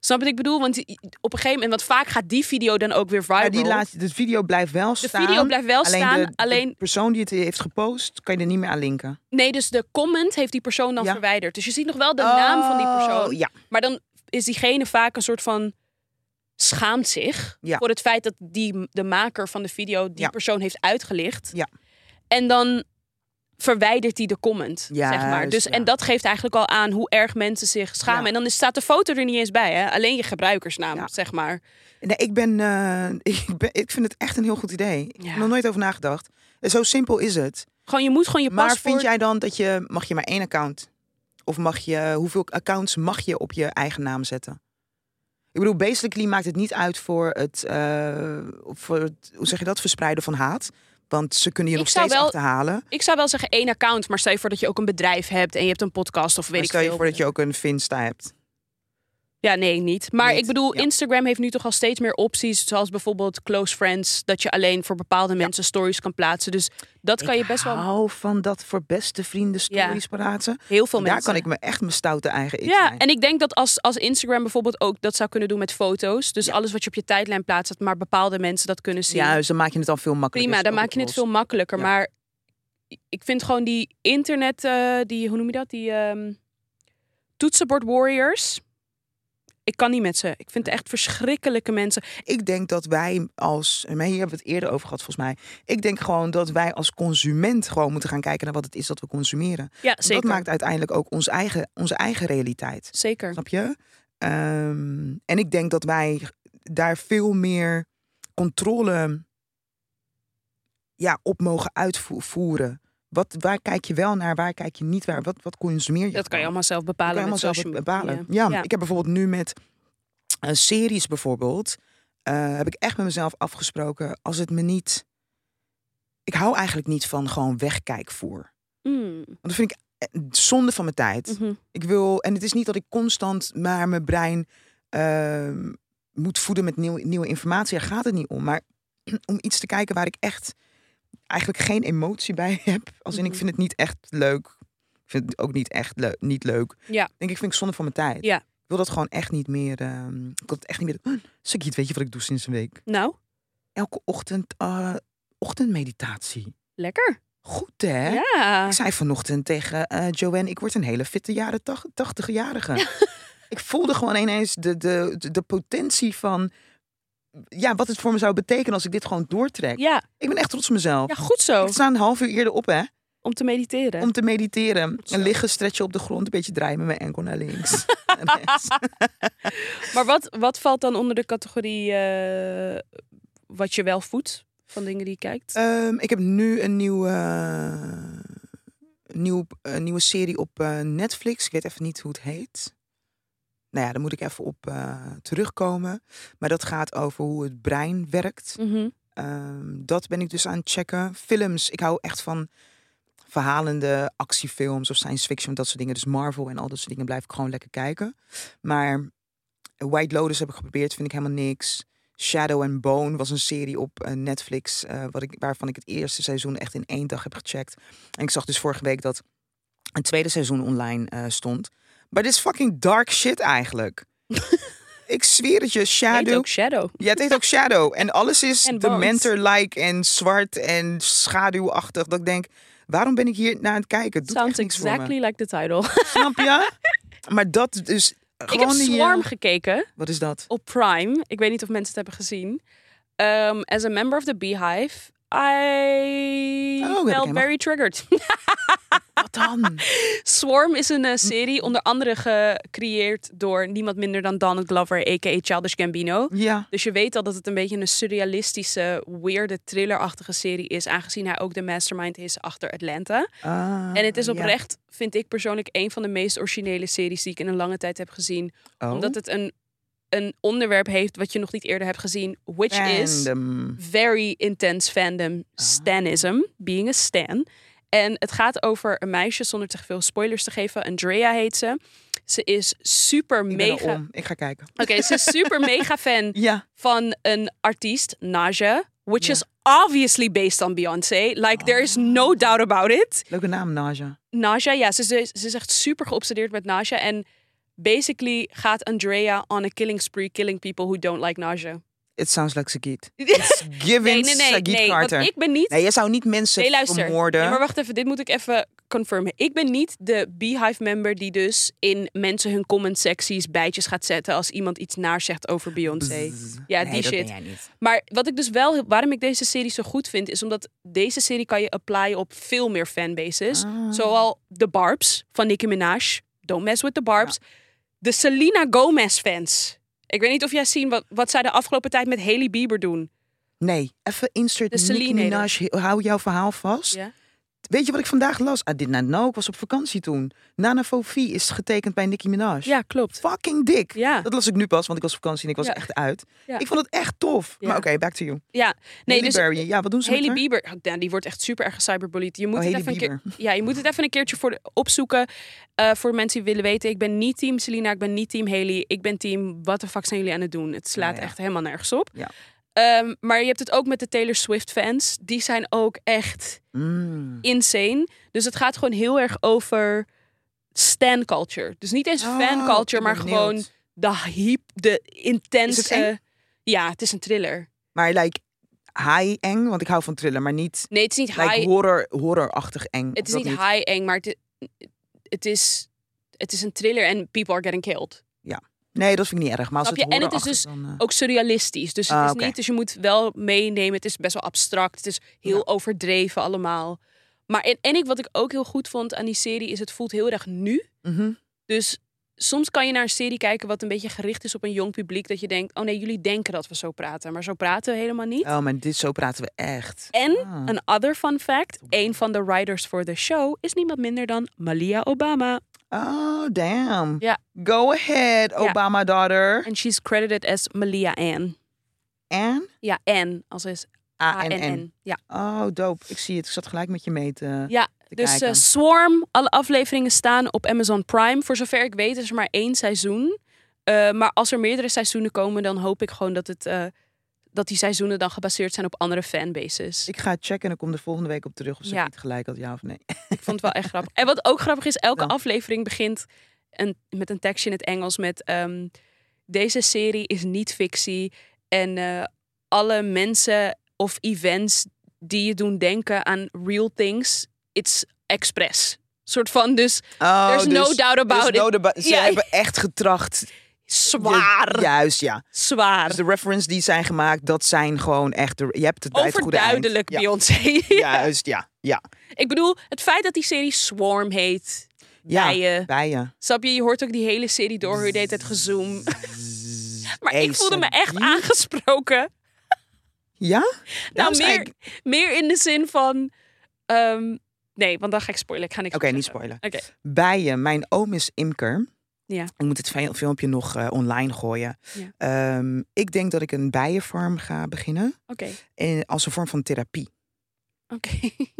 [SPEAKER 1] Snap je wat ik bedoel? Want die- op een gegeven moment, want vaak gaat die video dan ook weer viral.
[SPEAKER 2] Maar die laatste, de video blijft wel
[SPEAKER 1] De
[SPEAKER 2] staan.
[SPEAKER 1] video blijft wel
[SPEAKER 2] alleen
[SPEAKER 1] staan,
[SPEAKER 2] de, de
[SPEAKER 1] alleen-
[SPEAKER 2] persoon die het heeft gepost, kan je er niet meer aan linken.
[SPEAKER 1] Nee, dus de comment heeft die persoon dan
[SPEAKER 2] Ja.
[SPEAKER 1] verwijderd. Dus je ziet nog wel de naam van die persoon.
[SPEAKER 2] Oh, Ja,
[SPEAKER 1] Maar dan is diegene vaak een soort van schaamt zich
[SPEAKER 2] Ja.
[SPEAKER 1] voor het feit dat die, de maker van de video die
[SPEAKER 2] Ja.
[SPEAKER 1] persoon heeft uitgelicht.
[SPEAKER 2] Ja.
[SPEAKER 1] En dan verwijdert hij de comment, zeg maar.
[SPEAKER 2] Juist,
[SPEAKER 1] Dus,
[SPEAKER 2] ja.
[SPEAKER 1] En dat geeft eigenlijk al aan hoe erg mensen zich schamen.
[SPEAKER 2] Ja.
[SPEAKER 1] En dan is, staat de foto er niet eens bij, hè? alleen je gebruikersnaam,
[SPEAKER 2] Ja.
[SPEAKER 1] zeg maar.
[SPEAKER 2] nee, ik, ben, eh, ik, ben, ik vind het echt een heel goed idee. Ik heb
[SPEAKER 1] Ja.
[SPEAKER 2] er nog nooit over nagedacht. En Zo simpel is het.
[SPEAKER 1] Gewoon, je moet gewoon je
[SPEAKER 2] Maar
[SPEAKER 1] paspoort...
[SPEAKER 2] vind jij dan dat je, mag je maar één account? Of mag je, hoeveel accounts mag je op je eigen naam zetten? Ik bedoel, basically maakt het niet uit voor het, eh, voor het hoe zeg je dat, verspreiden van haat. Want ze kunnen je
[SPEAKER 1] Ik
[SPEAKER 2] nog
[SPEAKER 1] zou
[SPEAKER 2] steeds
[SPEAKER 1] wel-
[SPEAKER 2] achterhalen.
[SPEAKER 1] Ik zou wel zeggen één account, maar stel je voor dat je ook een bedrijf hebt... en je hebt een podcast of weet
[SPEAKER 2] Maar
[SPEAKER 1] ik
[SPEAKER 2] stel
[SPEAKER 1] veel.
[SPEAKER 2] je voor dat je ook een Finsta hebt.
[SPEAKER 1] Ja, nee, niet. Maar
[SPEAKER 2] Niet,
[SPEAKER 1] ik bedoel,
[SPEAKER 2] ja.
[SPEAKER 1] Instagram heeft nu toch al steeds meer opties. Zoals bijvoorbeeld close friends. Dat je alleen voor bepaalde mensen stories kan plaatsen. Dus dat kan je best
[SPEAKER 2] Ik
[SPEAKER 1] wel
[SPEAKER 2] hou van dat voor beste vrienden
[SPEAKER 1] Ja.
[SPEAKER 2] stories praten.
[SPEAKER 1] heel veel
[SPEAKER 2] Daar
[SPEAKER 1] mensen.
[SPEAKER 2] kan ik me echt mijn stoute eigen ik
[SPEAKER 1] ja,
[SPEAKER 2] zijn.
[SPEAKER 1] en ik denk dat als, als Instagram bijvoorbeeld ook dat zou kunnen doen met foto's. Dus alles wat je op je tijdlijn plaatst, dat maar bepaalde mensen dat kunnen zien.
[SPEAKER 2] Juist, dan maak je het dan veel makkelijker.
[SPEAKER 1] Prima,
[SPEAKER 2] Is
[SPEAKER 1] dan
[SPEAKER 2] ook
[SPEAKER 1] maak je het veel
[SPEAKER 2] opgelost.
[SPEAKER 1] makkelijker.
[SPEAKER 2] Ja.
[SPEAKER 1] Maar ik vind gewoon die internet, eh, die, hoe noem je dat? Die ehm, toetsenbord warriors. Ik kan niet met ze. Ik vind het echt verschrikkelijke mensen.
[SPEAKER 2] Ik denk dat wij als, en hier hebben we het eerder over gehad volgens mij. Ik denk gewoon dat wij als consument gewoon moeten gaan kijken naar wat het is dat we consumeren. Want
[SPEAKER 1] Ja, zeker.
[SPEAKER 2] Dat maakt uiteindelijk ook ons eigen, onze eigen realiteit.
[SPEAKER 1] Zeker.
[SPEAKER 2] Snap je? Ehm, en ik denk dat wij daar veel meer controle ja, op mogen uitvoeren. Wat, waar kijk je wel naar, waar kijk je niet naar? Wat, wat consumeer
[SPEAKER 1] Dat
[SPEAKER 2] je?
[SPEAKER 1] kan je
[SPEAKER 2] gewoon?
[SPEAKER 1] allemaal zelf
[SPEAKER 2] Dat
[SPEAKER 1] bepalen.
[SPEAKER 2] kan je
[SPEAKER 1] met
[SPEAKER 2] allemaal zelf
[SPEAKER 1] social
[SPEAKER 2] bepalen.
[SPEAKER 1] media.
[SPEAKER 2] Ja, ik heb bijvoorbeeld nu met eh, series bijvoorbeeld... eh, heb ik echt met mezelf afgesproken als het me niet... Ik hou eigenlijk niet van gewoon wegkijkvoer.
[SPEAKER 1] Mm,
[SPEAKER 2] Want dat vind ik eh, zonde van mijn tijd.
[SPEAKER 1] mhm.
[SPEAKER 2] Ik wil, en het is niet dat ik constant maar mijn brein ehm, moet voeden met nieuw, nieuwe informatie. Daar gaat het niet om. Maar om iets te kijken waar ik echt eigenlijk geen emotie bij heb. Als in, ik
[SPEAKER 1] Mhm.
[SPEAKER 2] vind het niet echt leuk. Ik vind het ook niet echt leuk. Niet leuk.
[SPEAKER 1] Ja.
[SPEAKER 2] Denk ik, vind ik zonde van mijn tijd.
[SPEAKER 1] Ja.
[SPEAKER 2] Ik wil dat gewoon echt niet meer. ehm, ik wil het echt niet meer. Hm, Sakiet, weet je wat ik doe sinds een week?
[SPEAKER 1] Nou,
[SPEAKER 2] Elke ochtend eh, ochtendmeditatie.
[SPEAKER 1] lekker.
[SPEAKER 2] Goed hè?
[SPEAKER 1] Ja.
[SPEAKER 2] Ik zei vanochtend tegen eh, Joanne, ik word een hele fitte jaren tach- tachtigjarige. ik voelde gewoon ineens de, de, de, de potentie van ja, wat het voor me zou betekenen als ik dit gewoon doortrek.
[SPEAKER 1] Ja.
[SPEAKER 2] Ik ben echt trots op mezelf.
[SPEAKER 1] ja, goed zo.
[SPEAKER 2] Ik sta een half uur eerder op hè,
[SPEAKER 1] Om te mediteren.
[SPEAKER 2] om te mediteren.
[SPEAKER 1] Zo.
[SPEAKER 2] En liggen, stretchen op de grond, een beetje draaien met mijn enkel naar links. En eh, rechts.
[SPEAKER 1] Maar wat, wat valt dan onder de categorie eh, wat je wel voedt? Van dingen die je kijkt?
[SPEAKER 2] Ehm, ik heb nu een nieuwe, een nieuw, een nieuwe serie op eh, Netflix. Ik weet even niet hoe het heet. Nou ja, daar moet ik even op eh, terugkomen. Maar dat gaat over hoe het brein werkt.
[SPEAKER 1] Mhm.
[SPEAKER 2] Ehm, dat ben ik dus aan het checken. Films. Ik hou echt van verhalende actiefilms of science fiction, dat soort dingen. Dus Marvel en al dat soort dingen blijf ik gewoon lekker kijken. Maar White Lotus heb ik geprobeerd, vind ik helemaal niks. Shadow and Bone was een serie op eh, Netflix, eh, wat ik, waarvan ik het eerste seizoen echt in één dag heb gecheckt. En ik zag dus vorige week dat een tweede seizoen online eh, stond. Maar dit is fucking dark shit eigenlijk. ik zweer het je,
[SPEAKER 1] Heet
[SPEAKER 2] Shadow.
[SPEAKER 1] ook shadow.
[SPEAKER 2] Ja, het heet ook shadow. En alles is
[SPEAKER 1] En
[SPEAKER 2] dementor-like en zwart en schaduwachtig. Dat ik denk, waarom ben ik hier naar aan het kijken? Het Doet
[SPEAKER 1] Sounds
[SPEAKER 2] echt niks voor me.
[SPEAKER 1] exactly like the title.
[SPEAKER 2] Snap je? Maar dat dus...
[SPEAKER 1] ik heb
[SPEAKER 2] gewoon die, eh,
[SPEAKER 1] Swarm gekeken
[SPEAKER 2] Wat is dat?
[SPEAKER 1] op Prime. Ik weet niet of mensen het hebben gezien. Um, as a member of the Beehive, I
[SPEAKER 2] Oh, heb ik
[SPEAKER 1] felt
[SPEAKER 2] helemaal-
[SPEAKER 1] very triggered.
[SPEAKER 2] Wat dan?
[SPEAKER 1] Swarm is
[SPEAKER 2] Mm.
[SPEAKER 1] een eh, serie, onder andere gecreëerd door niemand minder dan Donald Glover, a.k.a. Childish Gambino.
[SPEAKER 2] Ja.
[SPEAKER 1] Dus je weet al dat het een beetje een surrealistische, weirde, thrillerachtige serie is, aangezien hij ook de mastermind is achter Atlanta.
[SPEAKER 2] Ah,
[SPEAKER 1] en het is
[SPEAKER 2] ja.
[SPEAKER 1] oprecht, vind ik persoonlijk, een van de meest originele series die ik in een lange tijd heb gezien.
[SPEAKER 2] Oh.
[SPEAKER 1] Omdat het een, een onderwerp heeft wat je nog niet eerder hebt gezien, which is
[SPEAKER 2] Random.
[SPEAKER 1] very intense fandom
[SPEAKER 2] Ah.
[SPEAKER 1] stanism, being a stan. En het gaat over een meisje, zonder te veel spoilers te geven. Andrea heet ze. Ze is super
[SPEAKER 2] Ik ben er
[SPEAKER 1] mega... Oké,
[SPEAKER 2] om. Ik ga kijken.
[SPEAKER 1] ze is super mega fan
[SPEAKER 2] Ja.
[SPEAKER 1] van een artiest, Naja. Which
[SPEAKER 2] Ja. Ah.
[SPEAKER 1] is obviously based on Beyoncé. Like, there is no doubt about it.
[SPEAKER 2] Leuke naam, Naja.
[SPEAKER 1] Naja, ja, ze, ze, ze is echt super geobsedeerd met Naja. En basically gaat Andrea on a killing spree killing people who don't like Naja.
[SPEAKER 2] It sounds like Sagit. It's giving
[SPEAKER 1] Nee, nee, nee.
[SPEAKER 2] Sagit
[SPEAKER 1] nee want
[SPEAKER 2] Carter.
[SPEAKER 1] ik ben niet...
[SPEAKER 2] Nee, je zou niet mensen
[SPEAKER 1] Nee, luister.
[SPEAKER 2] vermoorden.
[SPEAKER 1] Nee, maar wacht even, dit moet ik even confirmen. Ik ben niet de Beehive-member die dus in mensen hun comment-secties bijtjes gaat zetten als iemand iets naar zegt over Beyoncé. Ja,
[SPEAKER 2] Nee,
[SPEAKER 1] die
[SPEAKER 2] dat
[SPEAKER 1] shit.
[SPEAKER 2] ben jij niet.
[SPEAKER 1] Maar wat ik dus wel, waarom ik deze serie zo goed vind, is omdat deze serie kan je applyen op veel meer fanbases.
[SPEAKER 2] Ah.
[SPEAKER 1] Zoal de Barbs van Nicki Minaj. Don't mess with the Barbs. De Selena Gomez fans. Ik weet niet of jij zien wat, wat zij de afgelopen tijd met Haley Bieber doen.
[SPEAKER 2] Nee, even insert
[SPEAKER 1] De
[SPEAKER 2] Nicki
[SPEAKER 1] Dus Celine
[SPEAKER 2] Minaj. Hou jouw verhaal vast.
[SPEAKER 1] Ja.
[SPEAKER 2] Weet je wat ik vandaag las? I did not know. Ik was op vakantie toen. Nana Fofi is getekend bij Nicki Minaj.
[SPEAKER 1] Ja, klopt.
[SPEAKER 2] Fucking dik.
[SPEAKER 1] Ja.
[SPEAKER 2] Dat las ik nu pas, want ik was op vakantie en ik was
[SPEAKER 1] Ja.
[SPEAKER 2] echt uit.
[SPEAKER 1] Ja.
[SPEAKER 2] Ik vond het echt tof.
[SPEAKER 1] Ja.
[SPEAKER 2] Maar oké, back to you.
[SPEAKER 1] Ja, nee,
[SPEAKER 2] Halle
[SPEAKER 1] dus
[SPEAKER 2] Berry. Ja, wat doen ze
[SPEAKER 1] Haley
[SPEAKER 2] met haar?
[SPEAKER 1] Bieber, oh, Dan, die wordt echt super erg gecyberbullied. Je moet
[SPEAKER 2] Oh,
[SPEAKER 1] het
[SPEAKER 2] Hailey
[SPEAKER 1] even een keer, ja, je moet het even een keertje voor de- opzoeken eh, voor mensen die willen weten. Ik ben niet team Selena, ik ben niet team Haley, ik ben team. Wat de fuck zijn jullie aan het doen? Het slaat
[SPEAKER 2] Ja, ja.
[SPEAKER 1] echt helemaal nergens op.
[SPEAKER 2] Ja.
[SPEAKER 1] Ehm, maar je hebt het ook met de Taylor Swift fans. Die zijn ook echt
[SPEAKER 2] Mm.
[SPEAKER 1] insane. Dus het gaat gewoon heel erg over stan culture. Dus niet eens
[SPEAKER 2] Oh,
[SPEAKER 1] fan culture,
[SPEAKER 2] ik
[SPEAKER 1] maar
[SPEAKER 2] ben
[SPEAKER 1] gewoon
[SPEAKER 2] benieuwd.
[SPEAKER 1] de hype, de intense. eh,
[SPEAKER 2] eng?
[SPEAKER 1] ja, het is een thriller.
[SPEAKER 2] Maar like high eng, want ik hou van thriller, maar niet
[SPEAKER 1] Nee, het is niet
[SPEAKER 2] like
[SPEAKER 1] high
[SPEAKER 2] horror, horrorachtig eng.
[SPEAKER 1] Het
[SPEAKER 2] of
[SPEAKER 1] is
[SPEAKER 2] dat
[SPEAKER 1] niet high eng, maar het, het, is, het is een thriller en people are getting killed.
[SPEAKER 2] Nee, dat vind ik niet erg. Maar als
[SPEAKER 1] Snap
[SPEAKER 2] het
[SPEAKER 1] je? En het is
[SPEAKER 2] horrorachtig,
[SPEAKER 1] dus
[SPEAKER 2] dan, eh,
[SPEAKER 1] Ook surrealistisch. Dus het
[SPEAKER 2] Ah,
[SPEAKER 1] is
[SPEAKER 2] oké.
[SPEAKER 1] niet, dus je moet wel meenemen. Het is best wel abstract. Het is heel
[SPEAKER 2] Ja.
[SPEAKER 1] overdreven allemaal. Maar en, en ik, wat ik ook heel goed vond aan die serie, is het voelt heel erg nu.
[SPEAKER 2] mhm.
[SPEAKER 1] Dus soms kan je naar een serie kijken wat een beetje gericht is op een jong publiek. Dat je denkt, oh nee, jullie denken dat we zo praten. Maar zo praten we helemaal niet.
[SPEAKER 2] Oh, maar dit zo praten we echt.
[SPEAKER 1] En
[SPEAKER 2] Ah.
[SPEAKER 1] een other fun fact, een van de writers voor de show is niemand minder dan Malia Obama.
[SPEAKER 2] Oh, damn.
[SPEAKER 1] Ja.
[SPEAKER 2] Go ahead, Obama daughter.
[SPEAKER 1] En she's credited as Malia Ann.
[SPEAKER 2] En?
[SPEAKER 1] Ja, en als is A-N-N. Ja,
[SPEAKER 2] Oh, dope. Ik zie het. Ik zat gelijk met je mee te...
[SPEAKER 1] ja.
[SPEAKER 2] te
[SPEAKER 1] dus eh,
[SPEAKER 2] kijken.
[SPEAKER 1] Swarm, alle afleveringen staan op Amazon Prime. Voor zover ik weet is er maar één seizoen. Eh, maar als er meerdere seizoenen komen, dan hoop ik gewoon dat, het, eh, dat die seizoenen dan gebaseerd zijn op andere fanbases. Ik
[SPEAKER 2] Ik ga het checken en ik kom er volgende week op terug of ze
[SPEAKER 1] Ja.
[SPEAKER 2] niet gelijk had, ja of nee.
[SPEAKER 1] vond het wel echt grappig. En wat ook grappig is, elke
[SPEAKER 2] Nou.
[SPEAKER 1] aflevering begint een, met een tekstje in het Engels met... ehm, deze serie is niet fictie. En eh, alle mensen of events die je doen denken aan real things, it's express. Soort van, dus
[SPEAKER 2] Oh,
[SPEAKER 1] there's no
[SPEAKER 2] dus-
[SPEAKER 1] doubt about
[SPEAKER 2] dus no
[SPEAKER 1] it.
[SPEAKER 2] doubt- Ze
[SPEAKER 1] Ja.
[SPEAKER 2] hebben echt getracht.
[SPEAKER 1] Zwaar,
[SPEAKER 2] Je- juist, ja. Dus
[SPEAKER 1] zwaar.
[SPEAKER 2] de reference die zijn gemaakt, dat zijn gewoon echt... De, je hebt het bij het goede eind.
[SPEAKER 1] Overduidelijk
[SPEAKER 2] Ja.
[SPEAKER 1] Beyoncé.
[SPEAKER 2] Juist, ja. Ja.
[SPEAKER 1] Ik bedoel, het feit dat die serie Swarm heet,
[SPEAKER 2] ja.
[SPEAKER 1] bijen.
[SPEAKER 2] Bijen.
[SPEAKER 1] Snap je, je hoort ook die hele serie door, hoe je deed het gezoom. Maar ik voelde me echt
[SPEAKER 2] aan.
[SPEAKER 1] aangesproken.
[SPEAKER 2] Ja?
[SPEAKER 1] Nou,
[SPEAKER 2] Daarom zei
[SPEAKER 1] meer,
[SPEAKER 2] ik-
[SPEAKER 1] meer in de zin van... ehm, nee, want dan ga ik spoilen. Ik ga niks
[SPEAKER 2] Oké,
[SPEAKER 1] meer
[SPEAKER 2] niet
[SPEAKER 1] zeggen.
[SPEAKER 2] spoilen.
[SPEAKER 1] Oké.
[SPEAKER 2] bijen. Mijn oom is imker.
[SPEAKER 1] Ja.
[SPEAKER 2] Ik moet het fil- filmpje nog eh, online gooien.
[SPEAKER 1] Ja.
[SPEAKER 2] Ehm, ik denk dat ik een bijenfarm ga beginnen.
[SPEAKER 1] Oké,
[SPEAKER 2] En als een vorm van therapie.
[SPEAKER 1] oké.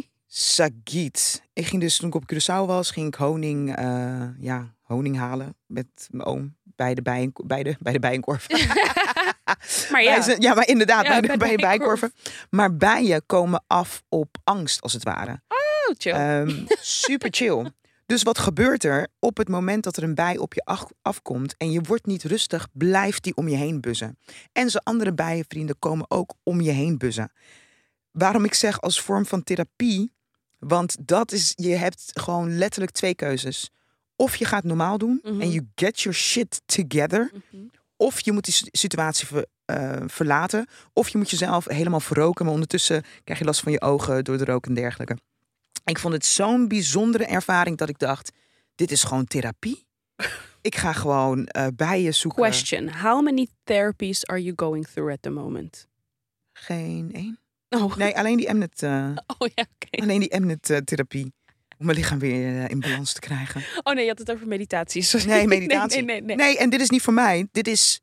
[SPEAKER 2] Sagiet. Ik ging dus toen ik op Curaçao was, ging ik honing, eh, ja, honing halen met mijn oom bij de, bijen, bij de, bij de bijenkorf.
[SPEAKER 1] maar
[SPEAKER 2] Bij
[SPEAKER 1] ja,
[SPEAKER 2] zijn- ja, maar inderdaad,
[SPEAKER 1] Ja,
[SPEAKER 2] bij, de,
[SPEAKER 1] bij de
[SPEAKER 2] bij de
[SPEAKER 1] bijenkorf.
[SPEAKER 2] bijenkorven. Maar bijen komen af op angst, als het ware.
[SPEAKER 1] oh, chill.
[SPEAKER 2] Ehm, super chill. Dus wat gebeurt er op het moment dat er een bij op je af- afkomt en je wordt niet rustig, blijft die om je heen buzzen. En zijn andere bijenvrienden komen ook om je heen buzzen. Waarom ik zeg als vorm van therapie, want dat is, je hebt gewoon letterlijk twee keuzes. Of je gaat normaal doen
[SPEAKER 1] Mhm.
[SPEAKER 2] en you get your shit together,
[SPEAKER 1] Mhm.
[SPEAKER 2] of je moet die s- situatie ver- eh, verlaten. Of je moet jezelf helemaal verroken. Maar ondertussen krijg je last van je ogen door de rook en dergelijke. Ik vond het zo'n bijzondere ervaring dat ik dacht: dit is gewoon therapie. Ik ga gewoon eh, bij je zoeken.
[SPEAKER 1] Question. How many therapies are you going through at the moment?
[SPEAKER 2] Geen één.
[SPEAKER 1] Oh,
[SPEAKER 2] Nee, alleen die Mnet, eh,
[SPEAKER 1] oh ja, oké.
[SPEAKER 2] alleen die Mnet eh, therapie. Om mijn lichaam weer eh, in balans te krijgen.
[SPEAKER 1] Oh nee, je had het over meditaties.
[SPEAKER 2] Nee, meditatie.
[SPEAKER 1] Nee, nee, nee, nee.
[SPEAKER 2] Nee, en dit is niet voor mij. Dit is.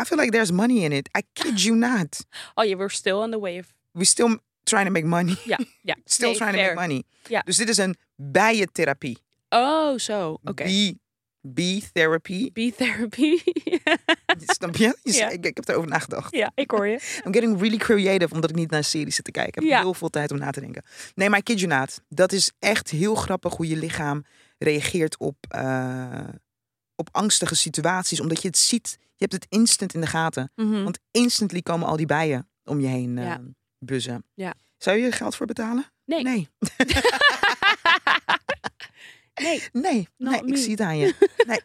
[SPEAKER 2] I feel like there's money in it. I kid you not.
[SPEAKER 1] Oh, je were still on the wave.
[SPEAKER 2] We're still trying to make money.
[SPEAKER 1] Ja, ja.
[SPEAKER 2] Still
[SPEAKER 1] Nee,
[SPEAKER 2] trying
[SPEAKER 1] fair.
[SPEAKER 2] to make money.
[SPEAKER 1] Ja.
[SPEAKER 2] Dus dit is een bijentherapie.
[SPEAKER 1] Oh, zo. Oké.
[SPEAKER 2] B-therapy.
[SPEAKER 1] B-therapy.
[SPEAKER 2] Snap je? Je-
[SPEAKER 1] Ja.
[SPEAKER 2] Ik, ik heb erover nagedacht.
[SPEAKER 1] ja, ik hoor je.
[SPEAKER 2] I'm getting really creative omdat ik niet naar series zit te kijken. Ik heb
[SPEAKER 1] Ja.
[SPEAKER 2] heel veel tijd om na te denken. Nee, maar I kid you not. Dat is echt heel grappig hoe je lichaam reageert op, eh, op angstige situaties. Omdat je het ziet. Je hebt het instant in de gaten.
[SPEAKER 1] Mhm.
[SPEAKER 2] Want instantly komen al die bijen om je heen eh
[SPEAKER 1] Ja.
[SPEAKER 2] buzzen.
[SPEAKER 1] Ja.
[SPEAKER 2] Zou je er geld voor betalen?
[SPEAKER 1] Nee.
[SPEAKER 2] Nee.
[SPEAKER 1] Nee.
[SPEAKER 2] Nee,
[SPEAKER 1] Not
[SPEAKER 2] nee ik
[SPEAKER 1] me.
[SPEAKER 2] zie het aan je. Nee.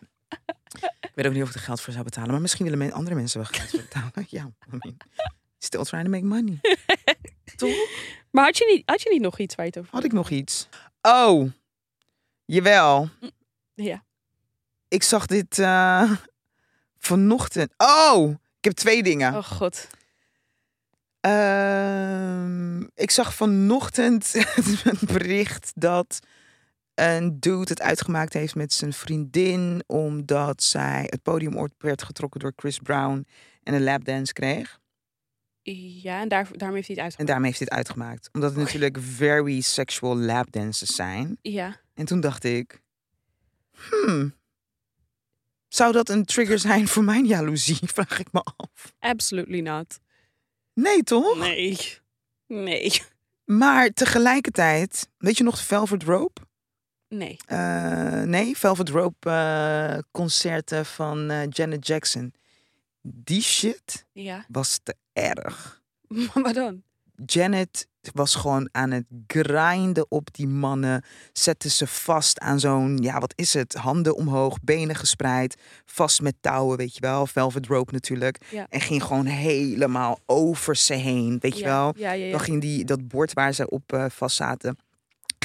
[SPEAKER 2] ik weet ook niet of ik er geld voor zou betalen. Maar misschien willen men- andere mensen wel geld voor betalen. ja, I mean, still trying to make money.
[SPEAKER 1] Maar had je, niet, had je niet nog iets waar je het over
[SPEAKER 2] Had ik nog iets? Oh, jawel.
[SPEAKER 1] Ja.
[SPEAKER 2] Ik zag dit eh, vanochtend. Oh, ik heb twee dingen.
[SPEAKER 1] Oh god.
[SPEAKER 2] Ehm, ik zag vanochtend een bericht dat een dude het uitgemaakt heeft met zijn vriendin. Omdat zij het podium ooit werd getrokken door Chris Brown en een lapdance kreeg.
[SPEAKER 1] Ja, en daar, daarmee heeft hij het
[SPEAKER 2] En
[SPEAKER 1] uitgemaakt.
[SPEAKER 2] daarmee heeft dit uitgemaakt. Omdat het
[SPEAKER 1] Oké.
[SPEAKER 2] natuurlijk very sexual lapdances zijn.
[SPEAKER 1] Ja.
[SPEAKER 2] En toen dacht ik, hmm, zou dat een trigger zijn voor mijn jaloezie? Vraag ik me af.
[SPEAKER 1] Absolutely not.
[SPEAKER 2] Nee toch?
[SPEAKER 1] Nee. Nee.
[SPEAKER 2] Maar tegelijkertijd, weet je nog Velvet Rope?
[SPEAKER 1] Nee.
[SPEAKER 2] Eh, nee, Velvet Rope eh, concerten van eh, Janet Jackson. Die shit
[SPEAKER 1] Ja.
[SPEAKER 2] was te erg.
[SPEAKER 1] Maar dan?
[SPEAKER 2] Janet was gewoon aan het grinden op die mannen. Zette ze vast aan zo'n, ja wat is het, handen omhoog, benen gespreid. Vast met touwen, weet je wel. Velvet Rope natuurlijk.
[SPEAKER 1] Ja.
[SPEAKER 2] En ging gewoon helemaal over ze heen, weet je
[SPEAKER 1] ja.
[SPEAKER 2] wel.
[SPEAKER 1] Ja, ja, ja.
[SPEAKER 2] Dan ging die, dat bord waar ze op eh, vast zaten,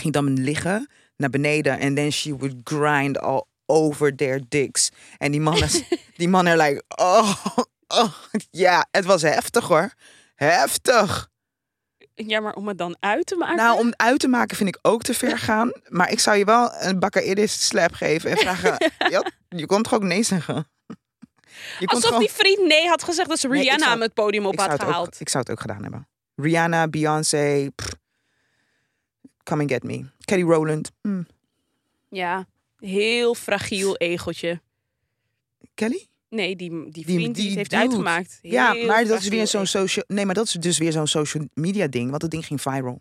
[SPEAKER 2] ging dan liggen naar beneden. En then she would grind all over their dicks. En die mannen, die mannen like, oh, oh. Ja, het was heftig hoor. Heftig.
[SPEAKER 1] Ja, maar om het dan uit te maken?
[SPEAKER 2] Nou, om uit te maken vind ik ook te ver gaan. Maar ik zou je wel een bakkeridis slap geven en vragen... "Ja, je kon toch ook nee zeggen? Je kon
[SPEAKER 1] Alsof
[SPEAKER 2] gewoon-
[SPEAKER 1] die vriend nee had gezegd dat ze
[SPEAKER 2] Nee, ik
[SPEAKER 1] Rihanna
[SPEAKER 2] zou-
[SPEAKER 1] hem het podium op
[SPEAKER 2] ik
[SPEAKER 1] had
[SPEAKER 2] zou het ook-
[SPEAKER 1] gehaald.
[SPEAKER 2] ik zou het ook gedaan hebben. Rihanna, Beyoncé, pff. come and get me. Kelly Rowland. Hmm.
[SPEAKER 1] Ja. Heel fragiel egeltje.
[SPEAKER 2] Kelly?
[SPEAKER 1] Nee, die, die vriend
[SPEAKER 2] Die-
[SPEAKER 1] die, het
[SPEAKER 2] die
[SPEAKER 1] heeft
[SPEAKER 2] dude.
[SPEAKER 1] uitgemaakt.
[SPEAKER 2] ja,
[SPEAKER 1] Heel
[SPEAKER 2] maar dat is
[SPEAKER 1] fragiel
[SPEAKER 2] weer zo'n
[SPEAKER 1] egeltje.
[SPEAKER 2] social. Nee, maar dat is dus weer zo'n social media ding, want dat ding ging viral.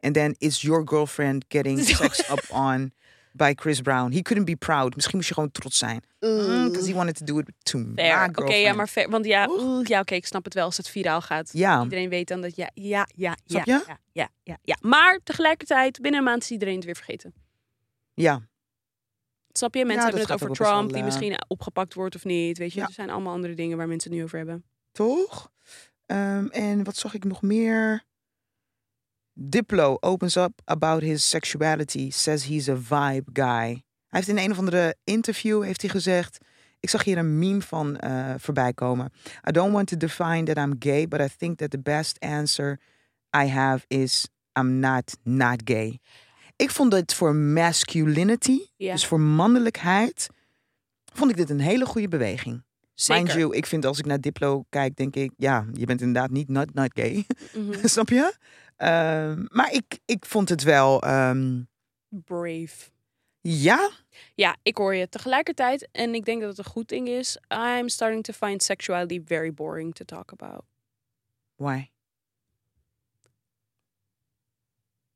[SPEAKER 2] En then is your girlfriend getting sex up on by Chris Brown. He couldn't be proud. Misschien moest je gewoon trots zijn. Because he wanted to do it to my
[SPEAKER 1] Mm. Fair. Oké, ja,
[SPEAKER 2] girlfriend.
[SPEAKER 1] maar fair. Want ja,
[SPEAKER 2] Toch?
[SPEAKER 1] oeh, ja oké, ik snap het wel als het viraal gaat.
[SPEAKER 2] Ja,
[SPEAKER 1] Iedereen weet dan dat ja, ja, ja, ja,
[SPEAKER 2] Snap
[SPEAKER 1] ja,
[SPEAKER 2] je?
[SPEAKER 1] ja, ja, ja. Maar tegelijkertijd, binnen een maand is iedereen het weer vergeten.
[SPEAKER 2] ja.
[SPEAKER 1] Snap je? Mensen
[SPEAKER 2] Ja,
[SPEAKER 1] hebben
[SPEAKER 2] dat
[SPEAKER 1] het
[SPEAKER 2] gaat
[SPEAKER 1] over
[SPEAKER 2] ook best wel,
[SPEAKER 1] Trump, die
[SPEAKER 2] eh,
[SPEAKER 1] misschien opgepakt wordt of niet. Weet je,
[SPEAKER 2] Ja.
[SPEAKER 1] er zijn allemaal andere dingen waar mensen het nu over hebben.
[SPEAKER 2] toch? Ehm, en wat zag ik nog meer? Diplo opens up about his sexuality, says he's a vibe guy. Hij heeft in een of andere interview heeft hij gezegd. Ik zag hier een meme van eh, voorbij komen. I don't want to define that I'm gay, but I think that the best answer I have is I'm not not gay. Ik vond dit voor masculinity,
[SPEAKER 1] Ja.
[SPEAKER 2] dus voor mannelijkheid, vond ik dit een hele goede beweging.
[SPEAKER 1] Zeker.
[SPEAKER 2] Mind you, ik vind als ik naar Diplo kijk, denk ik, ja, je bent inderdaad niet not, not gay.
[SPEAKER 1] Mhm.
[SPEAKER 2] Snap je? Ehm, maar ik, ik vond het wel, ehm,
[SPEAKER 1] Brave.
[SPEAKER 2] ja,
[SPEAKER 1] Ja, ik hoor je. Tegelijkertijd, en ik denk dat het een goed ding is, I'm starting to find sexuality very boring to talk about.
[SPEAKER 2] why?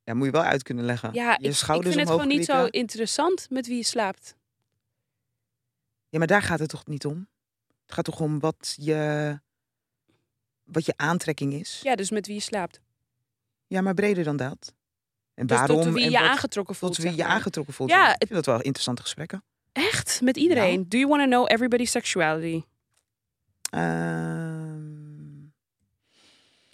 [SPEAKER 2] Ja, moet je wel uit kunnen leggen.
[SPEAKER 1] Ja,
[SPEAKER 2] je
[SPEAKER 1] ik, ik vind
[SPEAKER 2] schouders
[SPEAKER 1] het
[SPEAKER 2] omhoog
[SPEAKER 1] gewoon niet zo
[SPEAKER 2] krikken.
[SPEAKER 1] interessant met wie je slaapt.
[SPEAKER 2] Ja, maar daar gaat het toch niet om? Het gaat toch om wat je, wat je aantrekking is? Ja,
[SPEAKER 1] Ja, dus met wie je slaapt.
[SPEAKER 2] maar breder dan dat. En
[SPEAKER 1] Dus tot
[SPEAKER 2] waarom?
[SPEAKER 1] wie
[SPEAKER 2] en
[SPEAKER 1] je
[SPEAKER 2] wat-
[SPEAKER 1] aangetrokken voelt.
[SPEAKER 2] tot wie
[SPEAKER 1] zeg
[SPEAKER 2] je
[SPEAKER 1] maar.
[SPEAKER 2] aangetrokken voelt.
[SPEAKER 1] Ja,
[SPEAKER 2] Ja, ik
[SPEAKER 1] het-
[SPEAKER 2] vind dat wel interessante gesprekken.
[SPEAKER 1] Echt? Met iedereen? Do you want to know everybody's sexuality?
[SPEAKER 2] Ehm,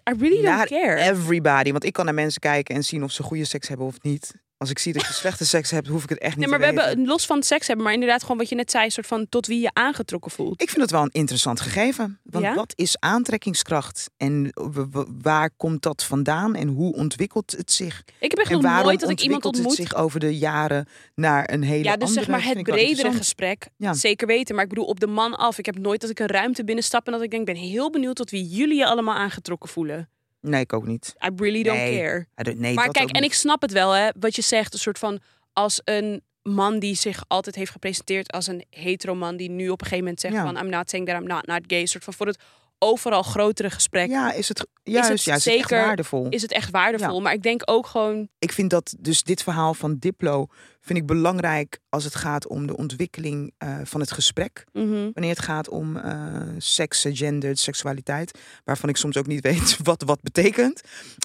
[SPEAKER 1] I really don't
[SPEAKER 2] Naar
[SPEAKER 1] care.
[SPEAKER 2] Everybody. Want ik kan naar mensen kijken en zien of ze goede seks hebben of niet. Als ik zie dat je slechte seks hebt, hoef ik het echt
[SPEAKER 1] Nee,
[SPEAKER 2] niet
[SPEAKER 1] maar we
[SPEAKER 2] te weten.
[SPEAKER 1] hebben los van seks hebben, maar inderdaad gewoon wat je net zei, soort van tot wie je aangetrokken voelt.
[SPEAKER 2] Ik vind het wel een interessant gegeven. Want
[SPEAKER 1] Ja?
[SPEAKER 2] wat is aantrekkingskracht? En w- w- waar komt dat vandaan? En hoe ontwikkelt het zich?
[SPEAKER 1] Ik heb echt
[SPEAKER 2] en
[SPEAKER 1] nog
[SPEAKER 2] waarom
[SPEAKER 1] nooit dat ik iemand
[SPEAKER 2] ontwikkelt
[SPEAKER 1] ontmoet.
[SPEAKER 2] het zich over de jaren naar een hele
[SPEAKER 1] Ja, dus zeg
[SPEAKER 2] andere?
[SPEAKER 1] maar
[SPEAKER 2] Vind
[SPEAKER 1] het
[SPEAKER 2] ik wel
[SPEAKER 1] bredere
[SPEAKER 2] interessant.
[SPEAKER 1] gesprek.
[SPEAKER 2] Ja.
[SPEAKER 1] Zeker weten. Maar ik bedoel, op de man af. Ik heb nooit dat ik een ruimte binnenstap en dat ik denk, ik ben heel benieuwd tot wie jullie je allemaal aangetrokken voelen.
[SPEAKER 2] Nee, ik ook niet.
[SPEAKER 1] I really don't
[SPEAKER 2] Nee,
[SPEAKER 1] care.
[SPEAKER 2] I don't- Nee,
[SPEAKER 1] Maar
[SPEAKER 2] dat
[SPEAKER 1] kijk,
[SPEAKER 2] ook
[SPEAKER 1] en
[SPEAKER 2] niet.
[SPEAKER 1] ik snap het wel, hè, wat je zegt. Een soort van als een man die zich altijd heeft gepresenteerd als een hetero man, die nu op een gegeven moment zegt
[SPEAKER 2] Ja.
[SPEAKER 1] van, I'm not saying that I'm not, not gay. Een soort van voor het overal grotere gesprek
[SPEAKER 2] Ja, is het juist,
[SPEAKER 1] het
[SPEAKER 2] ja, is het
[SPEAKER 1] zeker-
[SPEAKER 2] echt waardevol.
[SPEAKER 1] is het echt waardevol. Maar ik denk ook gewoon,
[SPEAKER 2] ik vind dat dus dit verhaal van Diplo vind ik belangrijk als het gaat om de ontwikkeling eh, van het gesprek.
[SPEAKER 1] mhm,
[SPEAKER 2] Wanneer het gaat om eh, seks, gender, seksualiteit. Waarvan ik soms ook niet weet wat wat betekent.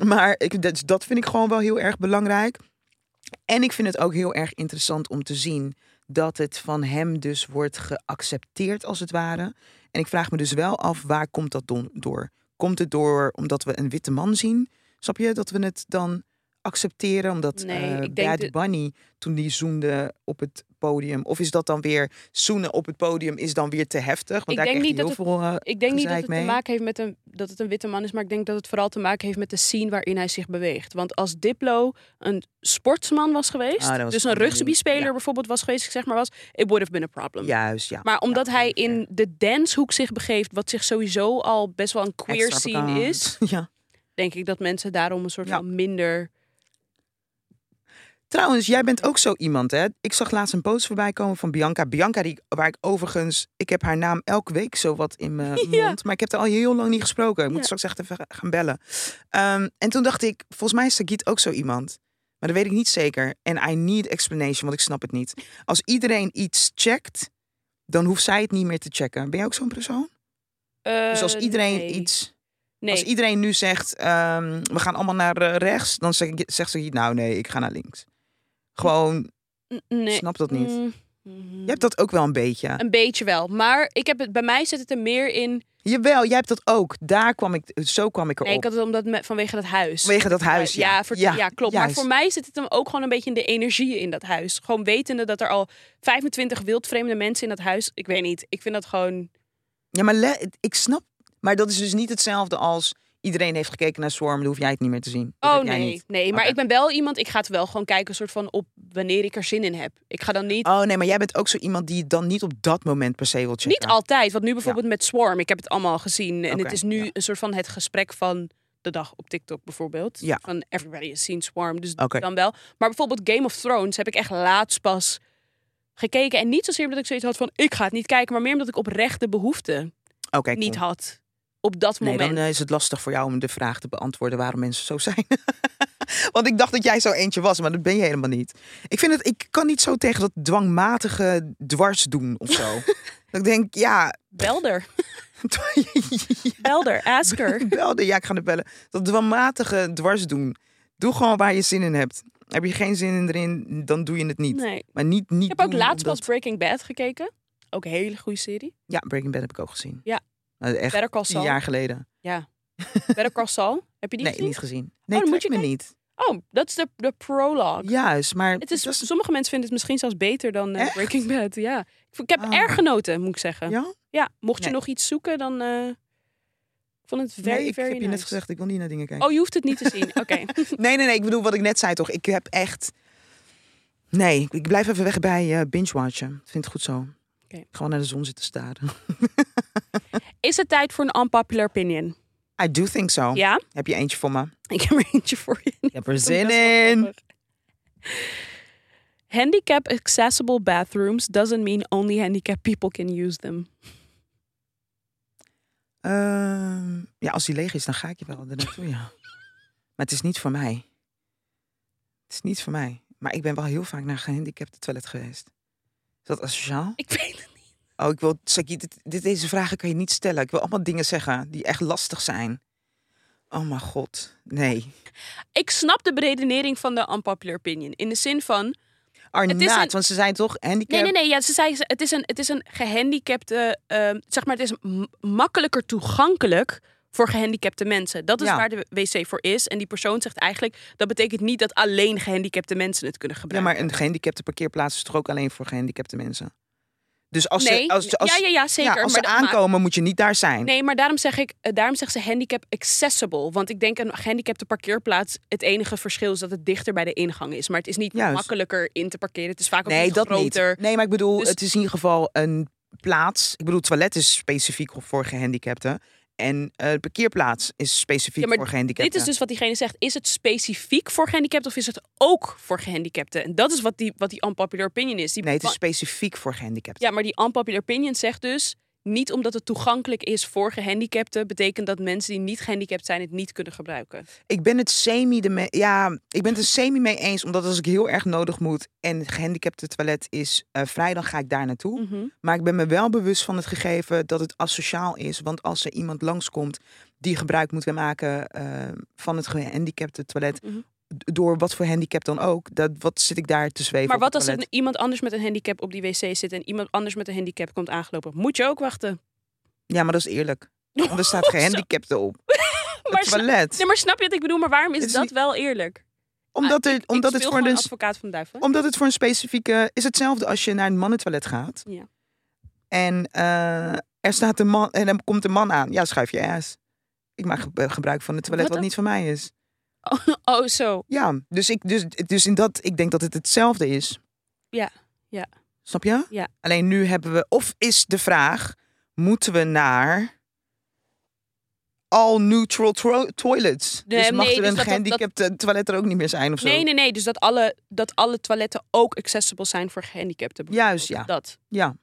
[SPEAKER 2] Maar ik, dat, dat vind ik gewoon wel heel erg belangrijk. En ik vind het ook heel erg interessant om te zien dat het van hem dus wordt geaccepteerd als het ware. En ik vraag me dus wel af, waar komt dat don- door? Komt het door omdat we een witte man zien? Snap je? Dat we het dan accepteren omdat
[SPEAKER 1] Nee,
[SPEAKER 2] eh,
[SPEAKER 1] ik denk
[SPEAKER 2] Bad
[SPEAKER 1] dat-
[SPEAKER 2] Bunny toen die zoende op het podium. Of is dat dan weer zoenen op het podium is dan weer te heftig? Want
[SPEAKER 1] Ik
[SPEAKER 2] daar
[SPEAKER 1] denk
[SPEAKER 2] krijg je
[SPEAKER 1] niet
[SPEAKER 2] heel
[SPEAKER 1] dat
[SPEAKER 2] veel eh,
[SPEAKER 1] ik denk niet dat
[SPEAKER 2] gezeik
[SPEAKER 1] het
[SPEAKER 2] mee.
[SPEAKER 1] te maken heeft met een, dat het een witte man is, maar ik denk dat het vooral te maken heeft met de scene waarin hij zich beweegt. Want als Diplo een sportsman was geweest,
[SPEAKER 2] Ah, dat was
[SPEAKER 1] dus
[SPEAKER 2] een
[SPEAKER 1] een
[SPEAKER 2] ander
[SPEAKER 1] rugbyspeler
[SPEAKER 2] ding. Ja.
[SPEAKER 1] bijvoorbeeld was geweest, ik zeg maar was, it would have been a problem.
[SPEAKER 2] eh, Juist, ja.
[SPEAKER 1] Maar omdat
[SPEAKER 2] Ja,
[SPEAKER 1] hij
[SPEAKER 2] ongeveer.
[SPEAKER 1] in de dancehoek zich begeeft, wat zich sowieso al best wel een queer scene is,
[SPEAKER 2] Extravagant. Ja.
[SPEAKER 1] denk ik dat mensen daarom een soort
[SPEAKER 2] Ja.
[SPEAKER 1] van minder.
[SPEAKER 2] Trouwens, jij bent ook zo iemand, hè? Ik zag laatst een post voorbij komen van Bianca. Bianca, die, waar ik overigens... Ik heb haar naam elke week zo wat in mijn
[SPEAKER 1] Ja.
[SPEAKER 2] mond. Maar ik heb er al heel lang niet gesproken. Ik moet
[SPEAKER 1] Ja.
[SPEAKER 2] straks echt even gaan bellen. Ehm, en toen dacht ik, volgens mij is Sagiet ook zo iemand. Maar dat weet ik niet zeker. En I need explanation, want ik snap het niet. Als iedereen iets checkt, dan hoeft zij het niet meer te checken. Ben jij ook zo'n persoon? dus als
[SPEAKER 1] eh,
[SPEAKER 2] iedereen
[SPEAKER 1] nee.
[SPEAKER 2] iets...
[SPEAKER 1] Nee.
[SPEAKER 2] Als iedereen nu zegt, ehm, we gaan allemaal naar eh, rechts, dan zeg ik- zegt ze hier, nou nee, ik ga naar links. Gewoon,
[SPEAKER 1] N- nee.
[SPEAKER 2] snap dat niet.
[SPEAKER 1] Mm.
[SPEAKER 2] Je hebt dat ook wel een beetje.
[SPEAKER 1] Een beetje wel. Maar ik heb het, bij mij zit het er meer in.
[SPEAKER 2] Jawel, jij hebt dat ook. Daar kwam ik, zo kwam ik erop.
[SPEAKER 1] Nee, ik had het omdat me- vanwege dat huis.
[SPEAKER 2] Vanwege dat huis,
[SPEAKER 1] ja,
[SPEAKER 2] ja.
[SPEAKER 1] voor- ja, klopt. Maar
[SPEAKER 2] juist.
[SPEAKER 1] voor mij zit het hem ook gewoon een beetje in de energie in dat huis. Gewoon wetende dat er al 25 wildvreemde mensen in dat huis. Ik weet niet. Ik vind dat gewoon.
[SPEAKER 2] Ja, maar le- ik snap. Maar dat is dus niet hetzelfde als iedereen heeft gekeken naar Swarm, dan hoef jij het niet meer te zien. Dat
[SPEAKER 1] Oh
[SPEAKER 2] heb jij
[SPEAKER 1] nee.
[SPEAKER 2] niet.
[SPEAKER 1] Nee, maar
[SPEAKER 2] Oké.
[SPEAKER 1] ik ben wel iemand. Ik ga het wel gewoon kijken, soort van op wanneer ik er zin in heb. Ik ga dan niet.
[SPEAKER 2] Oh nee, maar jij bent ook zo iemand die het dan niet op dat moment per se wil checken.
[SPEAKER 1] Niet altijd. Want nu bijvoorbeeld met Swarm. Ik heb het allemaal gezien. En het
[SPEAKER 2] Oké,
[SPEAKER 1] is nu
[SPEAKER 2] ja.
[SPEAKER 1] een soort van het gesprek van de dag op TikTok bijvoorbeeld.
[SPEAKER 2] Ja.
[SPEAKER 1] Van everybody has seen Swarm. Dus
[SPEAKER 2] Oké.
[SPEAKER 1] dan wel. Maar bijvoorbeeld Game of Thrones heb ik echt laatst pas gekeken. En niet zozeer omdat ik zoiets had van ik ga het niet kijken. Maar meer omdat ik oprecht de behoefte
[SPEAKER 2] Oké,
[SPEAKER 1] niet
[SPEAKER 2] cool.
[SPEAKER 1] had. Op dat
[SPEAKER 2] Nee,
[SPEAKER 1] moment.
[SPEAKER 2] dan eh, is het lastig voor jou om de vraag te beantwoorden waarom mensen zo zijn. Want ik dacht dat jij zo eentje was, maar dat ben je helemaal niet. Ik vind het, ik kan niet zo tegen dat dwangmatige dwars doen of zo. dat ik denk, ja,
[SPEAKER 1] Belder. Belder. Ask her.
[SPEAKER 2] belde, ja, ik ga er bellen. Dat dwangmatige dwars doen. Doe gewoon waar je zin in hebt. Heb je geen zin in erin, dan doe je het niet.
[SPEAKER 1] Nee.
[SPEAKER 2] Maar niet, niet.
[SPEAKER 1] Ik heb ook
[SPEAKER 2] doen
[SPEAKER 1] laatst pas
[SPEAKER 2] omdat-
[SPEAKER 1] Breaking Bad gekeken. Ook een hele goede serie.
[SPEAKER 2] Ja, Breaking Bad heb ik ook gezien.
[SPEAKER 1] Ja.
[SPEAKER 2] Nou, Echt
[SPEAKER 1] Better Call
[SPEAKER 2] tien
[SPEAKER 1] Saul.
[SPEAKER 2] jaar geleden.
[SPEAKER 1] Better Call Saul. Heb je die
[SPEAKER 2] nee,
[SPEAKER 1] gezien? Oh,
[SPEAKER 2] niet gezien. Nee,
[SPEAKER 1] dan moet
[SPEAKER 2] trek
[SPEAKER 1] je
[SPEAKER 2] me niet.
[SPEAKER 1] Oh, dat is de, de prologue.
[SPEAKER 2] Juist, maar
[SPEAKER 1] Het is,
[SPEAKER 2] dat is-
[SPEAKER 1] sommige mensen vinden het misschien zelfs beter dan eh,
[SPEAKER 2] Echt?
[SPEAKER 1] Breaking Bad. Ja. Ik, vo- ik heb
[SPEAKER 2] Ah.
[SPEAKER 1] erg genoten, moet ik zeggen. Ja,
[SPEAKER 2] ja.
[SPEAKER 1] mocht je
[SPEAKER 2] Nee.
[SPEAKER 1] nog iets zoeken, dan eh, ik vond het very,
[SPEAKER 2] nee, ik
[SPEAKER 1] very
[SPEAKER 2] heb je
[SPEAKER 1] nice.
[SPEAKER 2] net gezegd, ik wil niet naar dingen kijken.
[SPEAKER 1] Oh, je hoeft het niet te zien. Oké.
[SPEAKER 2] Nee, nee, nee, ik bedoel wat ik net zei toch. Ik heb echt... Nee, ik blijf even weg bij eh binge-watchen. Ik vind het goed zo.
[SPEAKER 1] Oké.
[SPEAKER 2] Gewoon naar de zon zitten staren.
[SPEAKER 1] Is het tijd voor een unpopular opinion?
[SPEAKER 2] I do think so.
[SPEAKER 1] Ja?
[SPEAKER 2] Heb je eentje voor me?
[SPEAKER 1] Ik heb er eentje voor je.
[SPEAKER 2] Ik heb er
[SPEAKER 1] Best
[SPEAKER 2] zin
[SPEAKER 1] wel
[SPEAKER 2] in.
[SPEAKER 1] grappig. Handicap accessible bathrooms doesn't mean only handicapped people can use them.
[SPEAKER 2] Ehm, ja, als die leeg is, dan ga ik je wel er naartoe, ja. Maar het is niet voor mij. Het is niet voor mij. Maar ik ben wel heel vaak naar gehandicapte toilet geweest. Is dat asociaal?
[SPEAKER 1] Ik weet het niet.
[SPEAKER 2] Oh, ik wil, Saki, dit, dit, deze vragen kan je niet stellen. Ik wil allemaal dingen zeggen die echt lastig zijn. Oh mijn god, nee.
[SPEAKER 1] Ik snap de beredenering van de unpopular opinion. In de zin van,
[SPEAKER 2] Arnaat,
[SPEAKER 1] een-
[SPEAKER 2] want ze zijn toch handicap?
[SPEAKER 1] Nee, nee, nee. Ja, ze zei, ze- het is een, het is een gehandicapte, ehm, zeg maar, het is m- makkelijker toegankelijk voor gehandicapte mensen. Dat is
[SPEAKER 2] Ja.
[SPEAKER 1] waar de wc voor is. En die persoon zegt eigenlijk, dat betekent niet dat alleen gehandicapte mensen het kunnen
[SPEAKER 2] Ja,
[SPEAKER 1] gebruiken.
[SPEAKER 2] maar een gehandicapte parkeerplaats is toch ook alleen voor gehandicapte mensen? Dus als
[SPEAKER 1] nee,
[SPEAKER 2] ze, als, als,
[SPEAKER 1] ja, ja, ja, zeker.
[SPEAKER 2] ja, als
[SPEAKER 1] maar
[SPEAKER 2] ze
[SPEAKER 1] dat maakt-
[SPEAKER 2] aankomen, moet je niet daar zijn.
[SPEAKER 1] Nee, maar daarom zeg ik, eh, daarom zegt ze handicap accessible. Want ik denk een gehandicapte parkeerplaats, het enige verschil is dat het dichter bij de ingang is. Maar het is niet
[SPEAKER 2] Juist.
[SPEAKER 1] makkelijker in te parkeren. Het is vaak ook
[SPEAKER 2] Nee,
[SPEAKER 1] niet
[SPEAKER 2] dat
[SPEAKER 1] groter.
[SPEAKER 2] niet. Nee, maar ik bedoel,
[SPEAKER 1] Dus-
[SPEAKER 2] het is in ieder geval een plaats. Ik bedoel, toilet is specifiek voor gehandicapten. En eh parkeerplaats is specifiek
[SPEAKER 1] Ja, maar
[SPEAKER 2] voor gehandicapten.
[SPEAKER 1] Dit is dus wat diegene zegt. Is het specifiek voor gehandicapten of is het ook voor gehandicapten? En dat is wat die, wat die unpopular opinion is. Die
[SPEAKER 2] Nee, het is specifiek voor gehandicapten.
[SPEAKER 1] Ja, maar die unpopular opinion zegt dus... niet omdat het toegankelijk is voor gehandicapten... betekent dat mensen die niet gehandicapt zijn het niet kunnen gebruiken.
[SPEAKER 2] Ik ben het semi de me- ja, ik ben het er semi mee eens, omdat als ik heel erg nodig moet en gehandicapte toilet is eh, vrij, dan ga ik daar naartoe.
[SPEAKER 1] Mm. Mhm.
[SPEAKER 2] Maar ik ben me wel bewust van het gegeven dat het asociaal is, want als er iemand langskomt die gebruik moet maken eh, van het gehandicapte toilet,
[SPEAKER 1] Mhm.
[SPEAKER 2] d- door wat voor handicap dan ook, dat wat zit ik daar te zweven?
[SPEAKER 1] Maar
[SPEAKER 2] op
[SPEAKER 1] wat
[SPEAKER 2] het
[SPEAKER 1] als
[SPEAKER 2] toilet?
[SPEAKER 1] er iemand anders met een handicap op die wc zit... en iemand anders met een handicap komt aangelopen? Moet je ook wachten?
[SPEAKER 2] Ja, maar dat is eerlijk. Want er staat gehandicapte op.
[SPEAKER 1] Maar
[SPEAKER 2] Het
[SPEAKER 1] sna-
[SPEAKER 2] toilet.
[SPEAKER 1] Nee, maar snap je wat ik bedoel? Maar waarom is,
[SPEAKER 2] Het is
[SPEAKER 1] dat
[SPEAKER 2] niet-
[SPEAKER 1] wel eerlijk?
[SPEAKER 2] omdat er, omdat
[SPEAKER 1] ik
[SPEAKER 2] het dus
[SPEAKER 1] speel
[SPEAKER 2] voor
[SPEAKER 1] gewoon
[SPEAKER 2] een
[SPEAKER 1] advocaat van de duivel.
[SPEAKER 2] Omdat het voor een specifieke... is hetzelfde als je naar een mannentoilet gaat.
[SPEAKER 1] Ja.
[SPEAKER 2] En eh, er staat een man... En dan komt een man aan. Ja, schuif je ass. Ik maak ge- eh, gebruik van het toilet
[SPEAKER 1] Wat dan?
[SPEAKER 2] wat, niet van mij is.
[SPEAKER 1] Oh, zo.
[SPEAKER 2] Ja, dus, ik, dus, dus in dat, ik denk dat het hetzelfde is.
[SPEAKER 1] Ja, ja.
[SPEAKER 2] Snap je?
[SPEAKER 1] Ja.
[SPEAKER 2] Alleen nu hebben we... Of is de vraag... Moeten we naar... All neutral tro- toilets.
[SPEAKER 1] Nee,
[SPEAKER 2] dus mag
[SPEAKER 1] nee,
[SPEAKER 2] er
[SPEAKER 1] dus
[SPEAKER 2] een
[SPEAKER 1] dat- dat-
[SPEAKER 2] gehandicapte toilet er ook niet meer zijn of zo?
[SPEAKER 1] Nee, nee, nee. Dus dat alle, dat alle toiletten ook accessible zijn voor gehandicapten.
[SPEAKER 2] Juist,
[SPEAKER 1] bijvoorbeeld. Dat
[SPEAKER 2] Ja,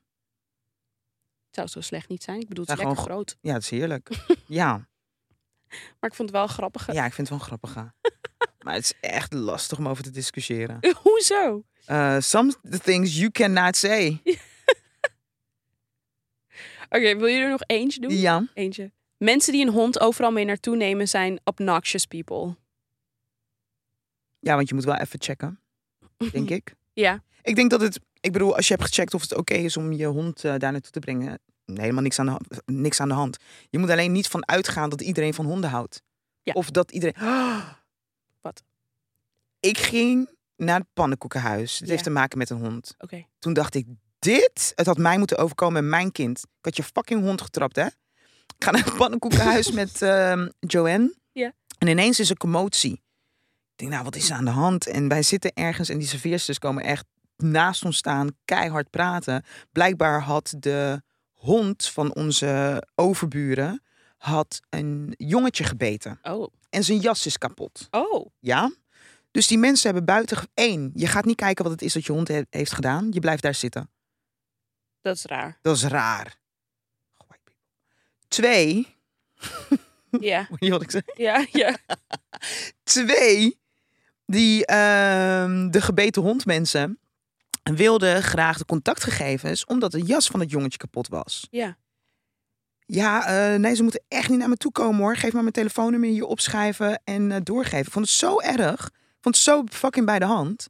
[SPEAKER 1] zou zo slecht niet zijn. Ik bedoel, het is
[SPEAKER 2] Ja,
[SPEAKER 1] lekker
[SPEAKER 2] gewoon
[SPEAKER 1] groot.
[SPEAKER 2] ja, het is heerlijk. ja.
[SPEAKER 1] Maar ik vond het wel grappig.
[SPEAKER 2] Ja, ik vind het wel grappig. hè. maar het is echt lastig om over te discussiëren.
[SPEAKER 1] Hoezo?
[SPEAKER 2] Eh, some the things you cannot say.
[SPEAKER 1] Oké, wil je er nog eentje doen?
[SPEAKER 2] Ja.
[SPEAKER 1] Eentje. Mensen die een hond overal mee naartoe nemen zijn obnoxious people.
[SPEAKER 2] ja, want je moet wel even checken, denk ik.
[SPEAKER 1] Ja.
[SPEAKER 2] Ik denk dat het, ik bedoel, als je hebt gecheckt of het oké is om je hond eh, daar naartoe te brengen, nee, helemaal niks aan, de, hand- niks aan de hand. Je moet alleen niet van uitgaan dat iedereen van honden houdt.
[SPEAKER 1] Ja.
[SPEAKER 2] Of dat iedereen.
[SPEAKER 1] Wat?
[SPEAKER 2] Ik ging naar het pannenkoekenhuis. Het
[SPEAKER 1] Ja.
[SPEAKER 2] heeft te maken met een hond.
[SPEAKER 1] Oké.
[SPEAKER 2] Toen dacht ik, dit, het had mij moeten overkomen en mijn kind. Ik had je fucking hond getrapt, hè? Ik ga naar het pannenkoekenhuis met ehm, Joanne.
[SPEAKER 1] Ja.
[SPEAKER 2] En ineens is er commotie. Ik denk, nou, wat is er aan de hand? En wij zitten ergens en die serveersters komen echt naast ons staan, keihard praten. Blijkbaar had de hond van onze overburen had een jongetje gebeten.
[SPEAKER 1] Oh.
[SPEAKER 2] En zijn jas is kapot.
[SPEAKER 1] Oh.
[SPEAKER 2] Ja. Dus die mensen hebben buiten... ge- één, je gaat niet kijken wat het is dat je hond he- heeft gedaan. Je blijft daar zitten.
[SPEAKER 1] Dat is raar.
[SPEAKER 2] Dat is raar. White people. Twee,
[SPEAKER 1] Ja.
[SPEAKER 2] weet je wat ik zeg?
[SPEAKER 1] Ja. Ja.
[SPEAKER 2] Twee, die ehm, de gebeten hond mensen wilden graag de contactgegevens... omdat de jas van het jongetje kapot was.
[SPEAKER 1] Ja.
[SPEAKER 2] Ja, eh, nee, ze moeten echt niet naar me toe komen hoor. Geef maar mijn telefoonnummer hier opschrijven en eh, doorgeven. Ik vond het zo erg. Ik vond het zo fucking bij de hand.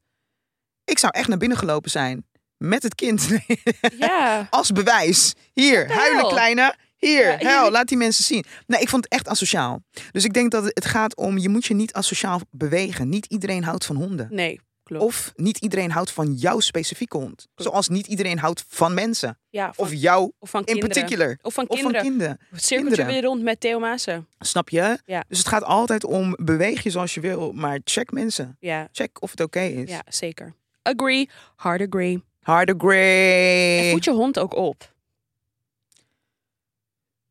[SPEAKER 2] Ik zou echt naar binnen gelopen zijn. Met het kind. Nee.
[SPEAKER 1] Ja.
[SPEAKER 2] Als bewijs. Hier,
[SPEAKER 1] the
[SPEAKER 2] huilen
[SPEAKER 1] hell?
[SPEAKER 2] kleine. Hier,
[SPEAKER 1] Ja,
[SPEAKER 2] hel,
[SPEAKER 1] jullie-
[SPEAKER 2] laat die mensen zien. Nee, ik vond het echt asociaal. Dus ik denk dat het gaat om, je moet je niet asociaal bewegen. Niet iedereen houdt van honden.
[SPEAKER 1] Nee. Klopt.
[SPEAKER 2] Of niet iedereen houdt van jouw specifieke hond. Zoals niet iedereen houdt van mensen.
[SPEAKER 1] ja, van,
[SPEAKER 2] Of jou
[SPEAKER 1] of van
[SPEAKER 2] in
[SPEAKER 1] kinderen.
[SPEAKER 2] particular.
[SPEAKER 1] Of van
[SPEAKER 2] Of van
[SPEAKER 1] kinderen.
[SPEAKER 2] kinderen.
[SPEAKER 1] Cirkeltje
[SPEAKER 2] kinderen.
[SPEAKER 1] weer rond met Theo Maassen.
[SPEAKER 2] Snap je?
[SPEAKER 1] Ja.
[SPEAKER 2] Dus het gaat altijd om beweeg je zoals je wil, maar check mensen.
[SPEAKER 1] Ja.
[SPEAKER 2] Check of het oké is.
[SPEAKER 1] Ja, zeker. Agree. Hard agree.
[SPEAKER 2] Harder
[SPEAKER 1] En
[SPEAKER 2] grey.
[SPEAKER 1] voed je hond ook op.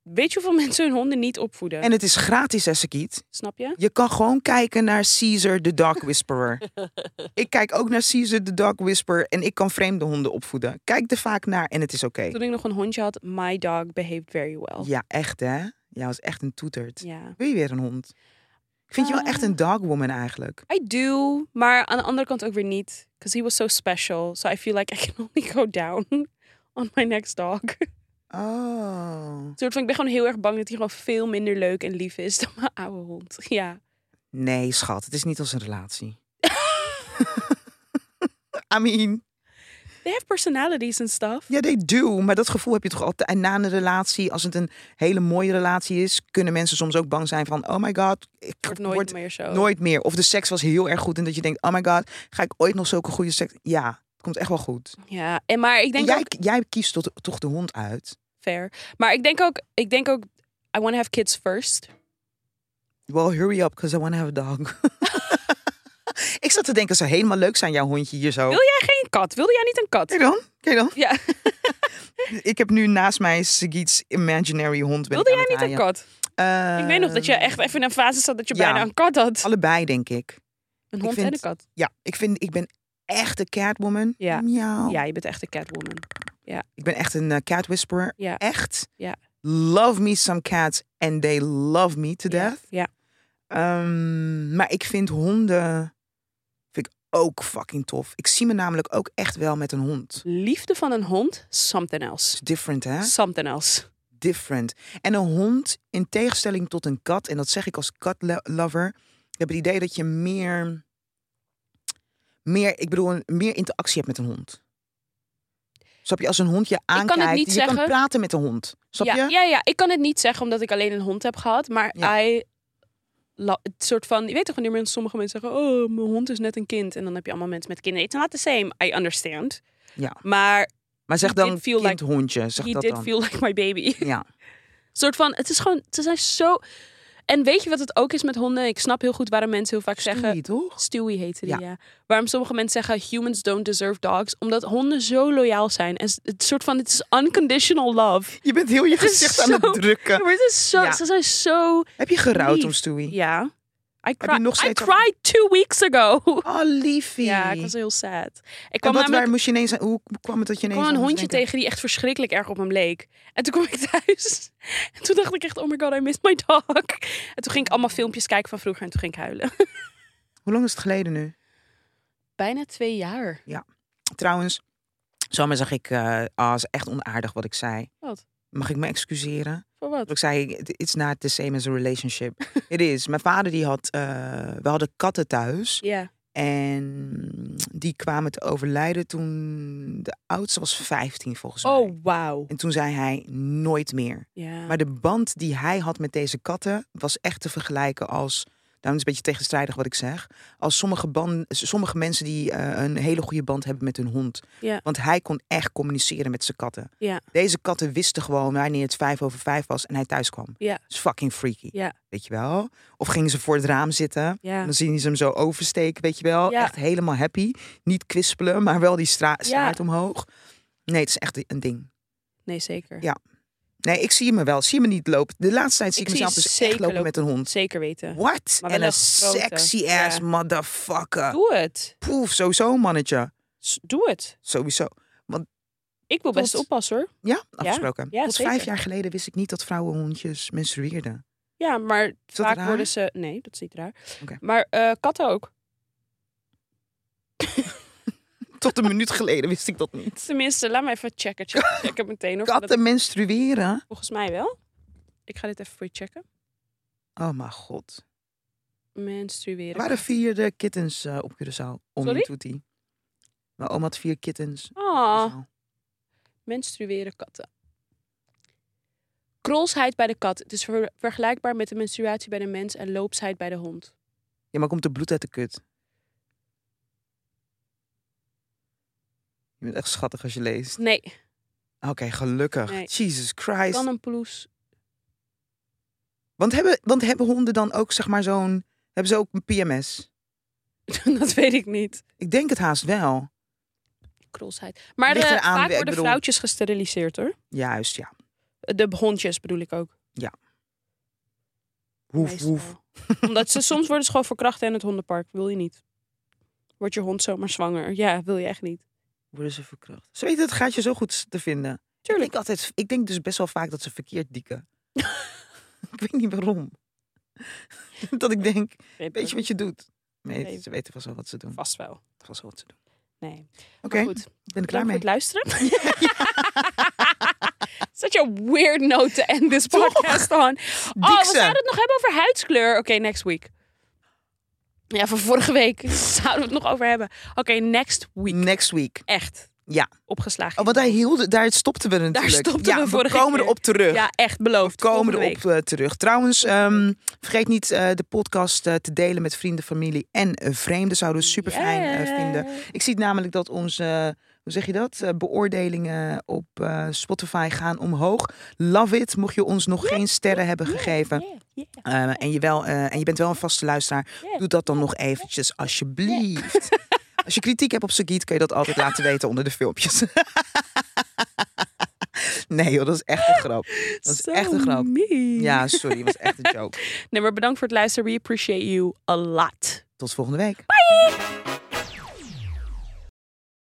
[SPEAKER 1] Weet je hoeveel mensen hun honden niet opvoeden?
[SPEAKER 2] En het is gratis, Essekiet.
[SPEAKER 1] Snap je?
[SPEAKER 2] Je kan gewoon kijken naar Caesar the Dog Whisperer. ik kijk ook naar Caesar the Dog Whisperer en ik kan vreemde honden opvoeden. Kijk er vaak naar en het is oké.
[SPEAKER 1] Toen ik nog een hondje had, my dog behaved very well.
[SPEAKER 2] Ja, echt hè? Jij was echt een toeterd.
[SPEAKER 1] Ja. Ah.
[SPEAKER 2] Wil je weer een hond? Ik vind je wel echt een dogwoman eigenlijk.
[SPEAKER 1] I do, maar aan de andere kant ook weer niet. Because he was so special. So I feel like I can only go down on my next dog.
[SPEAKER 2] Oh.
[SPEAKER 1] Soort van, ik ben gewoon heel erg bang dat hij gewoon veel minder leuk en lief is dan mijn oude hond. Ja.
[SPEAKER 2] Nee, schat, het is niet als een relatie. I mean,
[SPEAKER 1] They have personalities and stuff.
[SPEAKER 2] Ja, they do. Maar dat gevoel heb je toch altijd. En na een relatie, als het een hele mooie relatie is, kunnen mensen soms ook bang zijn van: oh my god, ik
[SPEAKER 1] Wordt nooit
[SPEAKER 2] word
[SPEAKER 1] meer zo.
[SPEAKER 2] nooit meer. Of de seks was heel erg goed en dat je denkt: oh my god, ga ik ooit nog zulke goede seks? Ja, het komt echt wel goed.
[SPEAKER 1] Ja, en maar ik denk
[SPEAKER 2] jij,
[SPEAKER 1] ook
[SPEAKER 2] jij kiest tot- toch de hond uit?
[SPEAKER 1] fair. Maar ik denk ook, ik denk ook, I want to have kids first.
[SPEAKER 2] Well, hurry up, because I want to have a dog. ik zat te denken, zou helemaal leuk zijn, jouw hondje hier zo.
[SPEAKER 1] Wil jij geen kat? Wilde jij niet een kat?
[SPEAKER 2] Kijk dan, kijk dan.
[SPEAKER 1] Ja,
[SPEAKER 2] Ik heb nu naast mij Sigit's imaginary hond. Ben
[SPEAKER 1] wilde
[SPEAKER 2] ik
[SPEAKER 1] jij niet
[SPEAKER 2] aan
[SPEAKER 1] een
[SPEAKER 2] het
[SPEAKER 1] kat?
[SPEAKER 2] aaien.
[SPEAKER 1] ik weet nog dat je
[SPEAKER 2] Eh,
[SPEAKER 1] echt even in een fase zat dat je
[SPEAKER 2] ja.
[SPEAKER 1] bijna een kat had.
[SPEAKER 2] Allebei, denk ik.
[SPEAKER 1] Een hond en
[SPEAKER 2] vind-
[SPEAKER 1] een kat.
[SPEAKER 2] Ja, ik vind, ik ben echt een catwoman.
[SPEAKER 1] Ja.
[SPEAKER 2] Miauw.
[SPEAKER 1] Ja, je bent echt een catwoman.
[SPEAKER 2] Ik ben echt een eh, cat whisperer.
[SPEAKER 1] Ja.
[SPEAKER 2] Echt.
[SPEAKER 1] Ja.
[SPEAKER 2] Love me some cats and they love me to
[SPEAKER 1] Ja,
[SPEAKER 2] death.
[SPEAKER 1] Ja,
[SPEAKER 2] Ehm, maar ik vind honden vind ik ook fucking tof. Ik zie me namelijk ook echt wel met een hond.
[SPEAKER 1] liefde van een hond, something
[SPEAKER 2] It's
[SPEAKER 1] else.
[SPEAKER 2] different, hè?
[SPEAKER 1] Something else.
[SPEAKER 2] different. En een hond, in tegenstelling tot een kat, en dat zeg ik als cat lo- lover, ik heb het idee dat je meer, meer, ik bedoel, een- meer interactie hebt met een hond. Snap je, als een hond je
[SPEAKER 1] kan het
[SPEAKER 2] aankijkt,
[SPEAKER 1] niet
[SPEAKER 2] je kan
[SPEAKER 1] zeggen.
[SPEAKER 2] praten met de hond. Snap
[SPEAKER 1] ja,
[SPEAKER 2] je?
[SPEAKER 1] Ja, ja, ik kan het niet zeggen omdat ik alleen een hond heb gehad. Maar
[SPEAKER 2] Ja.
[SPEAKER 1] I la- het soort van, je weet toch wanneer mensen, sommige mensen zeggen, oh, mijn hond is net een kind. En dan heb je allemaal mensen met kinderen. It's not the same, I understand.
[SPEAKER 2] Ja.
[SPEAKER 1] Maar
[SPEAKER 2] Maar zeg
[SPEAKER 1] He did
[SPEAKER 2] dan
[SPEAKER 1] feel like-
[SPEAKER 2] kind hondje, zeg
[SPEAKER 1] he
[SPEAKER 2] dat
[SPEAKER 1] did
[SPEAKER 2] dan.
[SPEAKER 1] feel like my baby.
[SPEAKER 2] Ja,
[SPEAKER 1] soort van, het is gewoon, ze zijn zo... En weet je wat het ook is met honden? Ik snap heel goed waarom mensen heel vaak zeggen...
[SPEAKER 2] Stoei, toch?
[SPEAKER 1] Stewie heette die,
[SPEAKER 2] Ja.
[SPEAKER 1] ja. Waarom sommige mensen zeggen humans don't deserve dogs. Omdat honden zo loyaal zijn. En s- het soort van, het is unconditional love.
[SPEAKER 2] Je bent heel je
[SPEAKER 1] is
[SPEAKER 2] gezicht aan
[SPEAKER 1] zo-
[SPEAKER 2] het drukken.
[SPEAKER 1] Maar het is zo,
[SPEAKER 2] Ja.
[SPEAKER 1] ze zijn zo...
[SPEAKER 2] Heb je gerouwd om
[SPEAKER 1] lief.
[SPEAKER 2] Stewie?
[SPEAKER 1] Ja. I,
[SPEAKER 2] je
[SPEAKER 1] cri-
[SPEAKER 2] nog
[SPEAKER 1] I
[SPEAKER 2] steeds-
[SPEAKER 1] cried two weeks ago.
[SPEAKER 2] Oh, liefie.
[SPEAKER 1] Ja, ik was heel sad. Ik
[SPEAKER 2] en
[SPEAKER 1] kwam
[SPEAKER 2] wat, waar
[SPEAKER 1] namelijk
[SPEAKER 2] moest je ineens aan- hoe kwam het dat je
[SPEAKER 1] ik
[SPEAKER 2] ineens
[SPEAKER 1] kwam
[SPEAKER 2] aan
[SPEAKER 1] een
[SPEAKER 2] moest
[SPEAKER 1] hondje
[SPEAKER 2] denken?
[SPEAKER 1] tegen die echt verschrikkelijk erg op hem leek. En toen kwam ik thuis. En toen dacht ik echt, oh my god, I missed my dog. En toen ging ik allemaal filmpjes kijken van vroeger en toen ging ik huilen.
[SPEAKER 2] Hoe lang is het geleden nu?
[SPEAKER 1] Bijna twee jaar.
[SPEAKER 2] Trouwens, zomaar zag ik, eh ah, is echt onaardig wat ik zei.
[SPEAKER 1] Wat?
[SPEAKER 2] Mag ik me excuseren?
[SPEAKER 1] Voor wat?
[SPEAKER 2] Ik zei, it's not the same as a relationship. It is. Mijn vader die had, eh, we hadden katten thuis.
[SPEAKER 1] Ja.
[SPEAKER 2] En die kwamen te overlijden toen de oudste was 15 volgens mij.
[SPEAKER 1] Oh, wauw.
[SPEAKER 2] En toen zei hij, nooit meer.
[SPEAKER 1] Ja.
[SPEAKER 2] Maar de band die hij had met deze katten was echt te vergelijken als. Daarom is het een beetje tegenstrijdig wat ik zeg. Als sommige, ban- sommige mensen die eh, een hele goede band hebben met hun hond.
[SPEAKER 1] Ja.
[SPEAKER 2] Want hij kon echt communiceren met zijn katten.
[SPEAKER 1] Ja.
[SPEAKER 2] Deze katten wisten gewoon wanneer het vijf over vijf was en hij thuis kwam.
[SPEAKER 1] Ja.
[SPEAKER 2] Dat is fucking freaky.
[SPEAKER 1] Ja.
[SPEAKER 2] Weet je wel? Of gingen ze voor het raam zitten.
[SPEAKER 1] Ja.
[SPEAKER 2] Dan zien ze hem zo oversteken, weet je wel?
[SPEAKER 1] Ja.
[SPEAKER 2] Echt helemaal happy. Niet kwispelen, maar wel die stra-
[SPEAKER 1] Ja.
[SPEAKER 2] staart omhoog. Nee, het is echt een ding.
[SPEAKER 1] Nee, zeker.
[SPEAKER 2] Ja. Nee, ik zie me wel. Zie me niet lopen. De laatste tijd zie
[SPEAKER 1] Ik
[SPEAKER 2] ik,
[SPEAKER 1] zie
[SPEAKER 2] mezelf
[SPEAKER 1] je
[SPEAKER 2] dus echt
[SPEAKER 1] zeker
[SPEAKER 2] lopen
[SPEAKER 1] lopen.
[SPEAKER 2] met een hond.
[SPEAKER 1] Zeker weten.
[SPEAKER 2] What?
[SPEAKER 1] Maar wel
[SPEAKER 2] En
[SPEAKER 1] een
[SPEAKER 2] een
[SPEAKER 1] grote.
[SPEAKER 2] sexy
[SPEAKER 1] Ja.
[SPEAKER 2] ass motherfucker.
[SPEAKER 1] Doe het.
[SPEAKER 2] Poef, sowieso een mannetje.
[SPEAKER 1] S- Doe het.
[SPEAKER 2] Sowieso.
[SPEAKER 1] Ik wil best
[SPEAKER 2] Tot-
[SPEAKER 1] oppassen hoor.
[SPEAKER 2] Ja, afgesproken.
[SPEAKER 1] Ja,
[SPEAKER 2] Tot
[SPEAKER 1] zeker.
[SPEAKER 2] vijf jaar geleden wist ik niet dat vrouwenhondjes menstrueerden.
[SPEAKER 1] Ja, maar
[SPEAKER 2] dat
[SPEAKER 1] vaak
[SPEAKER 2] raar?
[SPEAKER 1] worden ze... Nee, dat is niet raar.
[SPEAKER 2] Oké.
[SPEAKER 1] Maar eh, katten ook.
[SPEAKER 2] Tot een minuut geleden wist ik dat niet.
[SPEAKER 1] Tenminste, laat me even checken. Checken, checken meteen. Of dat,
[SPEAKER 2] Katten menstrueren?
[SPEAKER 1] volgens mij wel. Ik ga dit even voor je checken.
[SPEAKER 2] Oh mijn god. Er
[SPEAKER 1] Menstrueren.
[SPEAKER 2] waren vier eh, kittens eh, op Curaçao. Om
[SPEAKER 1] Sorry?
[SPEAKER 2] een toetie. Mijn oom had vier kittens. op
[SPEAKER 1] Ah,
[SPEAKER 2] Curaçao.
[SPEAKER 1] menstrueren katten. Krolsheid bij de kat. Het is ver- vergelijkbaar met de menstruatie bij de mens en loopsheid bij de hond.
[SPEAKER 2] Ja, maar komt de bloed uit de kut? Je bent echt schattig als je leest.
[SPEAKER 1] Nee,
[SPEAKER 2] Oké, gelukkig.
[SPEAKER 1] Nee.
[SPEAKER 2] Jesus Christ.
[SPEAKER 1] kan een poes.
[SPEAKER 2] Want, hebben, want hebben honden dan ook, zeg maar, zo'n... Hebben ze ook een PMS?
[SPEAKER 1] dat weet ik niet.
[SPEAKER 2] Ik denk het haast wel.
[SPEAKER 1] Krolsheid. Maar de,
[SPEAKER 2] Ligt eraan,
[SPEAKER 1] vaak
[SPEAKER 2] ik
[SPEAKER 1] worden
[SPEAKER 2] bedoel-
[SPEAKER 1] vrouwtjes gesteriliseerd hoor.
[SPEAKER 2] Juist, ja.
[SPEAKER 1] De hondjes bedoel ik ook.
[SPEAKER 2] Woef,
[SPEAKER 1] meestal.
[SPEAKER 2] woef.
[SPEAKER 1] Omdat ze soms worden ze gewoon verkracht in het hondenpark. Wil je niet. Wordt je hond zomaar zwanger. Ja, wil je echt niet.
[SPEAKER 2] Worden ze verkracht. Ze weten het gaatje zo goed te vinden.
[SPEAKER 1] Tuurlijk.
[SPEAKER 2] Ik, denk altijd, ik denk dus best wel vaak dat ze verkeerd dieken. ik weet niet waarom. dat ik denk, weet je wat je doet? Nee,
[SPEAKER 1] Nee.
[SPEAKER 2] ze weten vast wel wat ze doen.
[SPEAKER 1] Vast wel.
[SPEAKER 2] Vast wel wat ze doen.
[SPEAKER 1] Nee.
[SPEAKER 2] Oké,
[SPEAKER 1] Maar goed.
[SPEAKER 2] ik ben
[SPEAKER 1] Klaar
[SPEAKER 2] er klaar
[SPEAKER 1] voor
[SPEAKER 2] mee.
[SPEAKER 1] het luisteren. Such a weird note to end this podcast on. Oh, we
[SPEAKER 2] Diekse.
[SPEAKER 1] zouden het nog hebben over huidskleur. Oké, next week. Ja, van vorige week zouden we het nog over hebben. Oké, next week.
[SPEAKER 2] Next week.
[SPEAKER 1] Echt.
[SPEAKER 2] Mm. Ja.
[SPEAKER 1] opgeslagen.
[SPEAKER 2] Oh, want daar, hielden, daar stopten we natuurlijk.
[SPEAKER 1] stopten
[SPEAKER 2] ja,
[SPEAKER 1] we vorige
[SPEAKER 2] komen
[SPEAKER 1] keer.
[SPEAKER 2] erop terug.
[SPEAKER 1] Ja, echt
[SPEAKER 2] We
[SPEAKER 1] beloofd.
[SPEAKER 2] komen
[SPEAKER 1] Volgende
[SPEAKER 2] erop
[SPEAKER 1] week.
[SPEAKER 2] eh, terug. Trouwens, ehm, vergeet niet eh, de podcast eh, te delen met vrienden, familie en eh, vreemden. Zouden we super fijn
[SPEAKER 1] Mm, Yeah.
[SPEAKER 2] vinden. Ik zie namelijk dat onze, eh, hoe zeg je dat, eh, beoordelingen op eh, Spotify gaan omhoog. Love it, mocht je ons nog geen sterren hebben gegeven.
[SPEAKER 1] Yeah, yeah,
[SPEAKER 2] eh, en, je wel, eh, en je bent wel een vaste luisteraar.
[SPEAKER 1] yeah.
[SPEAKER 2] Eh, Doe dat dan nog eventjes, alsjeblieft. Als je kritiek hebt op Sagiet, kun je dat altijd laten weten onder de filmpjes. Nee joh, dat is echt een grap. Dat is
[SPEAKER 1] So
[SPEAKER 2] echt een grap.
[SPEAKER 1] mean.
[SPEAKER 2] Ja, sorry, was echt een joke.
[SPEAKER 1] Nee, maar bedankt voor het luisteren. We appreciate you a lot.
[SPEAKER 2] Tot volgende week.
[SPEAKER 1] Bye!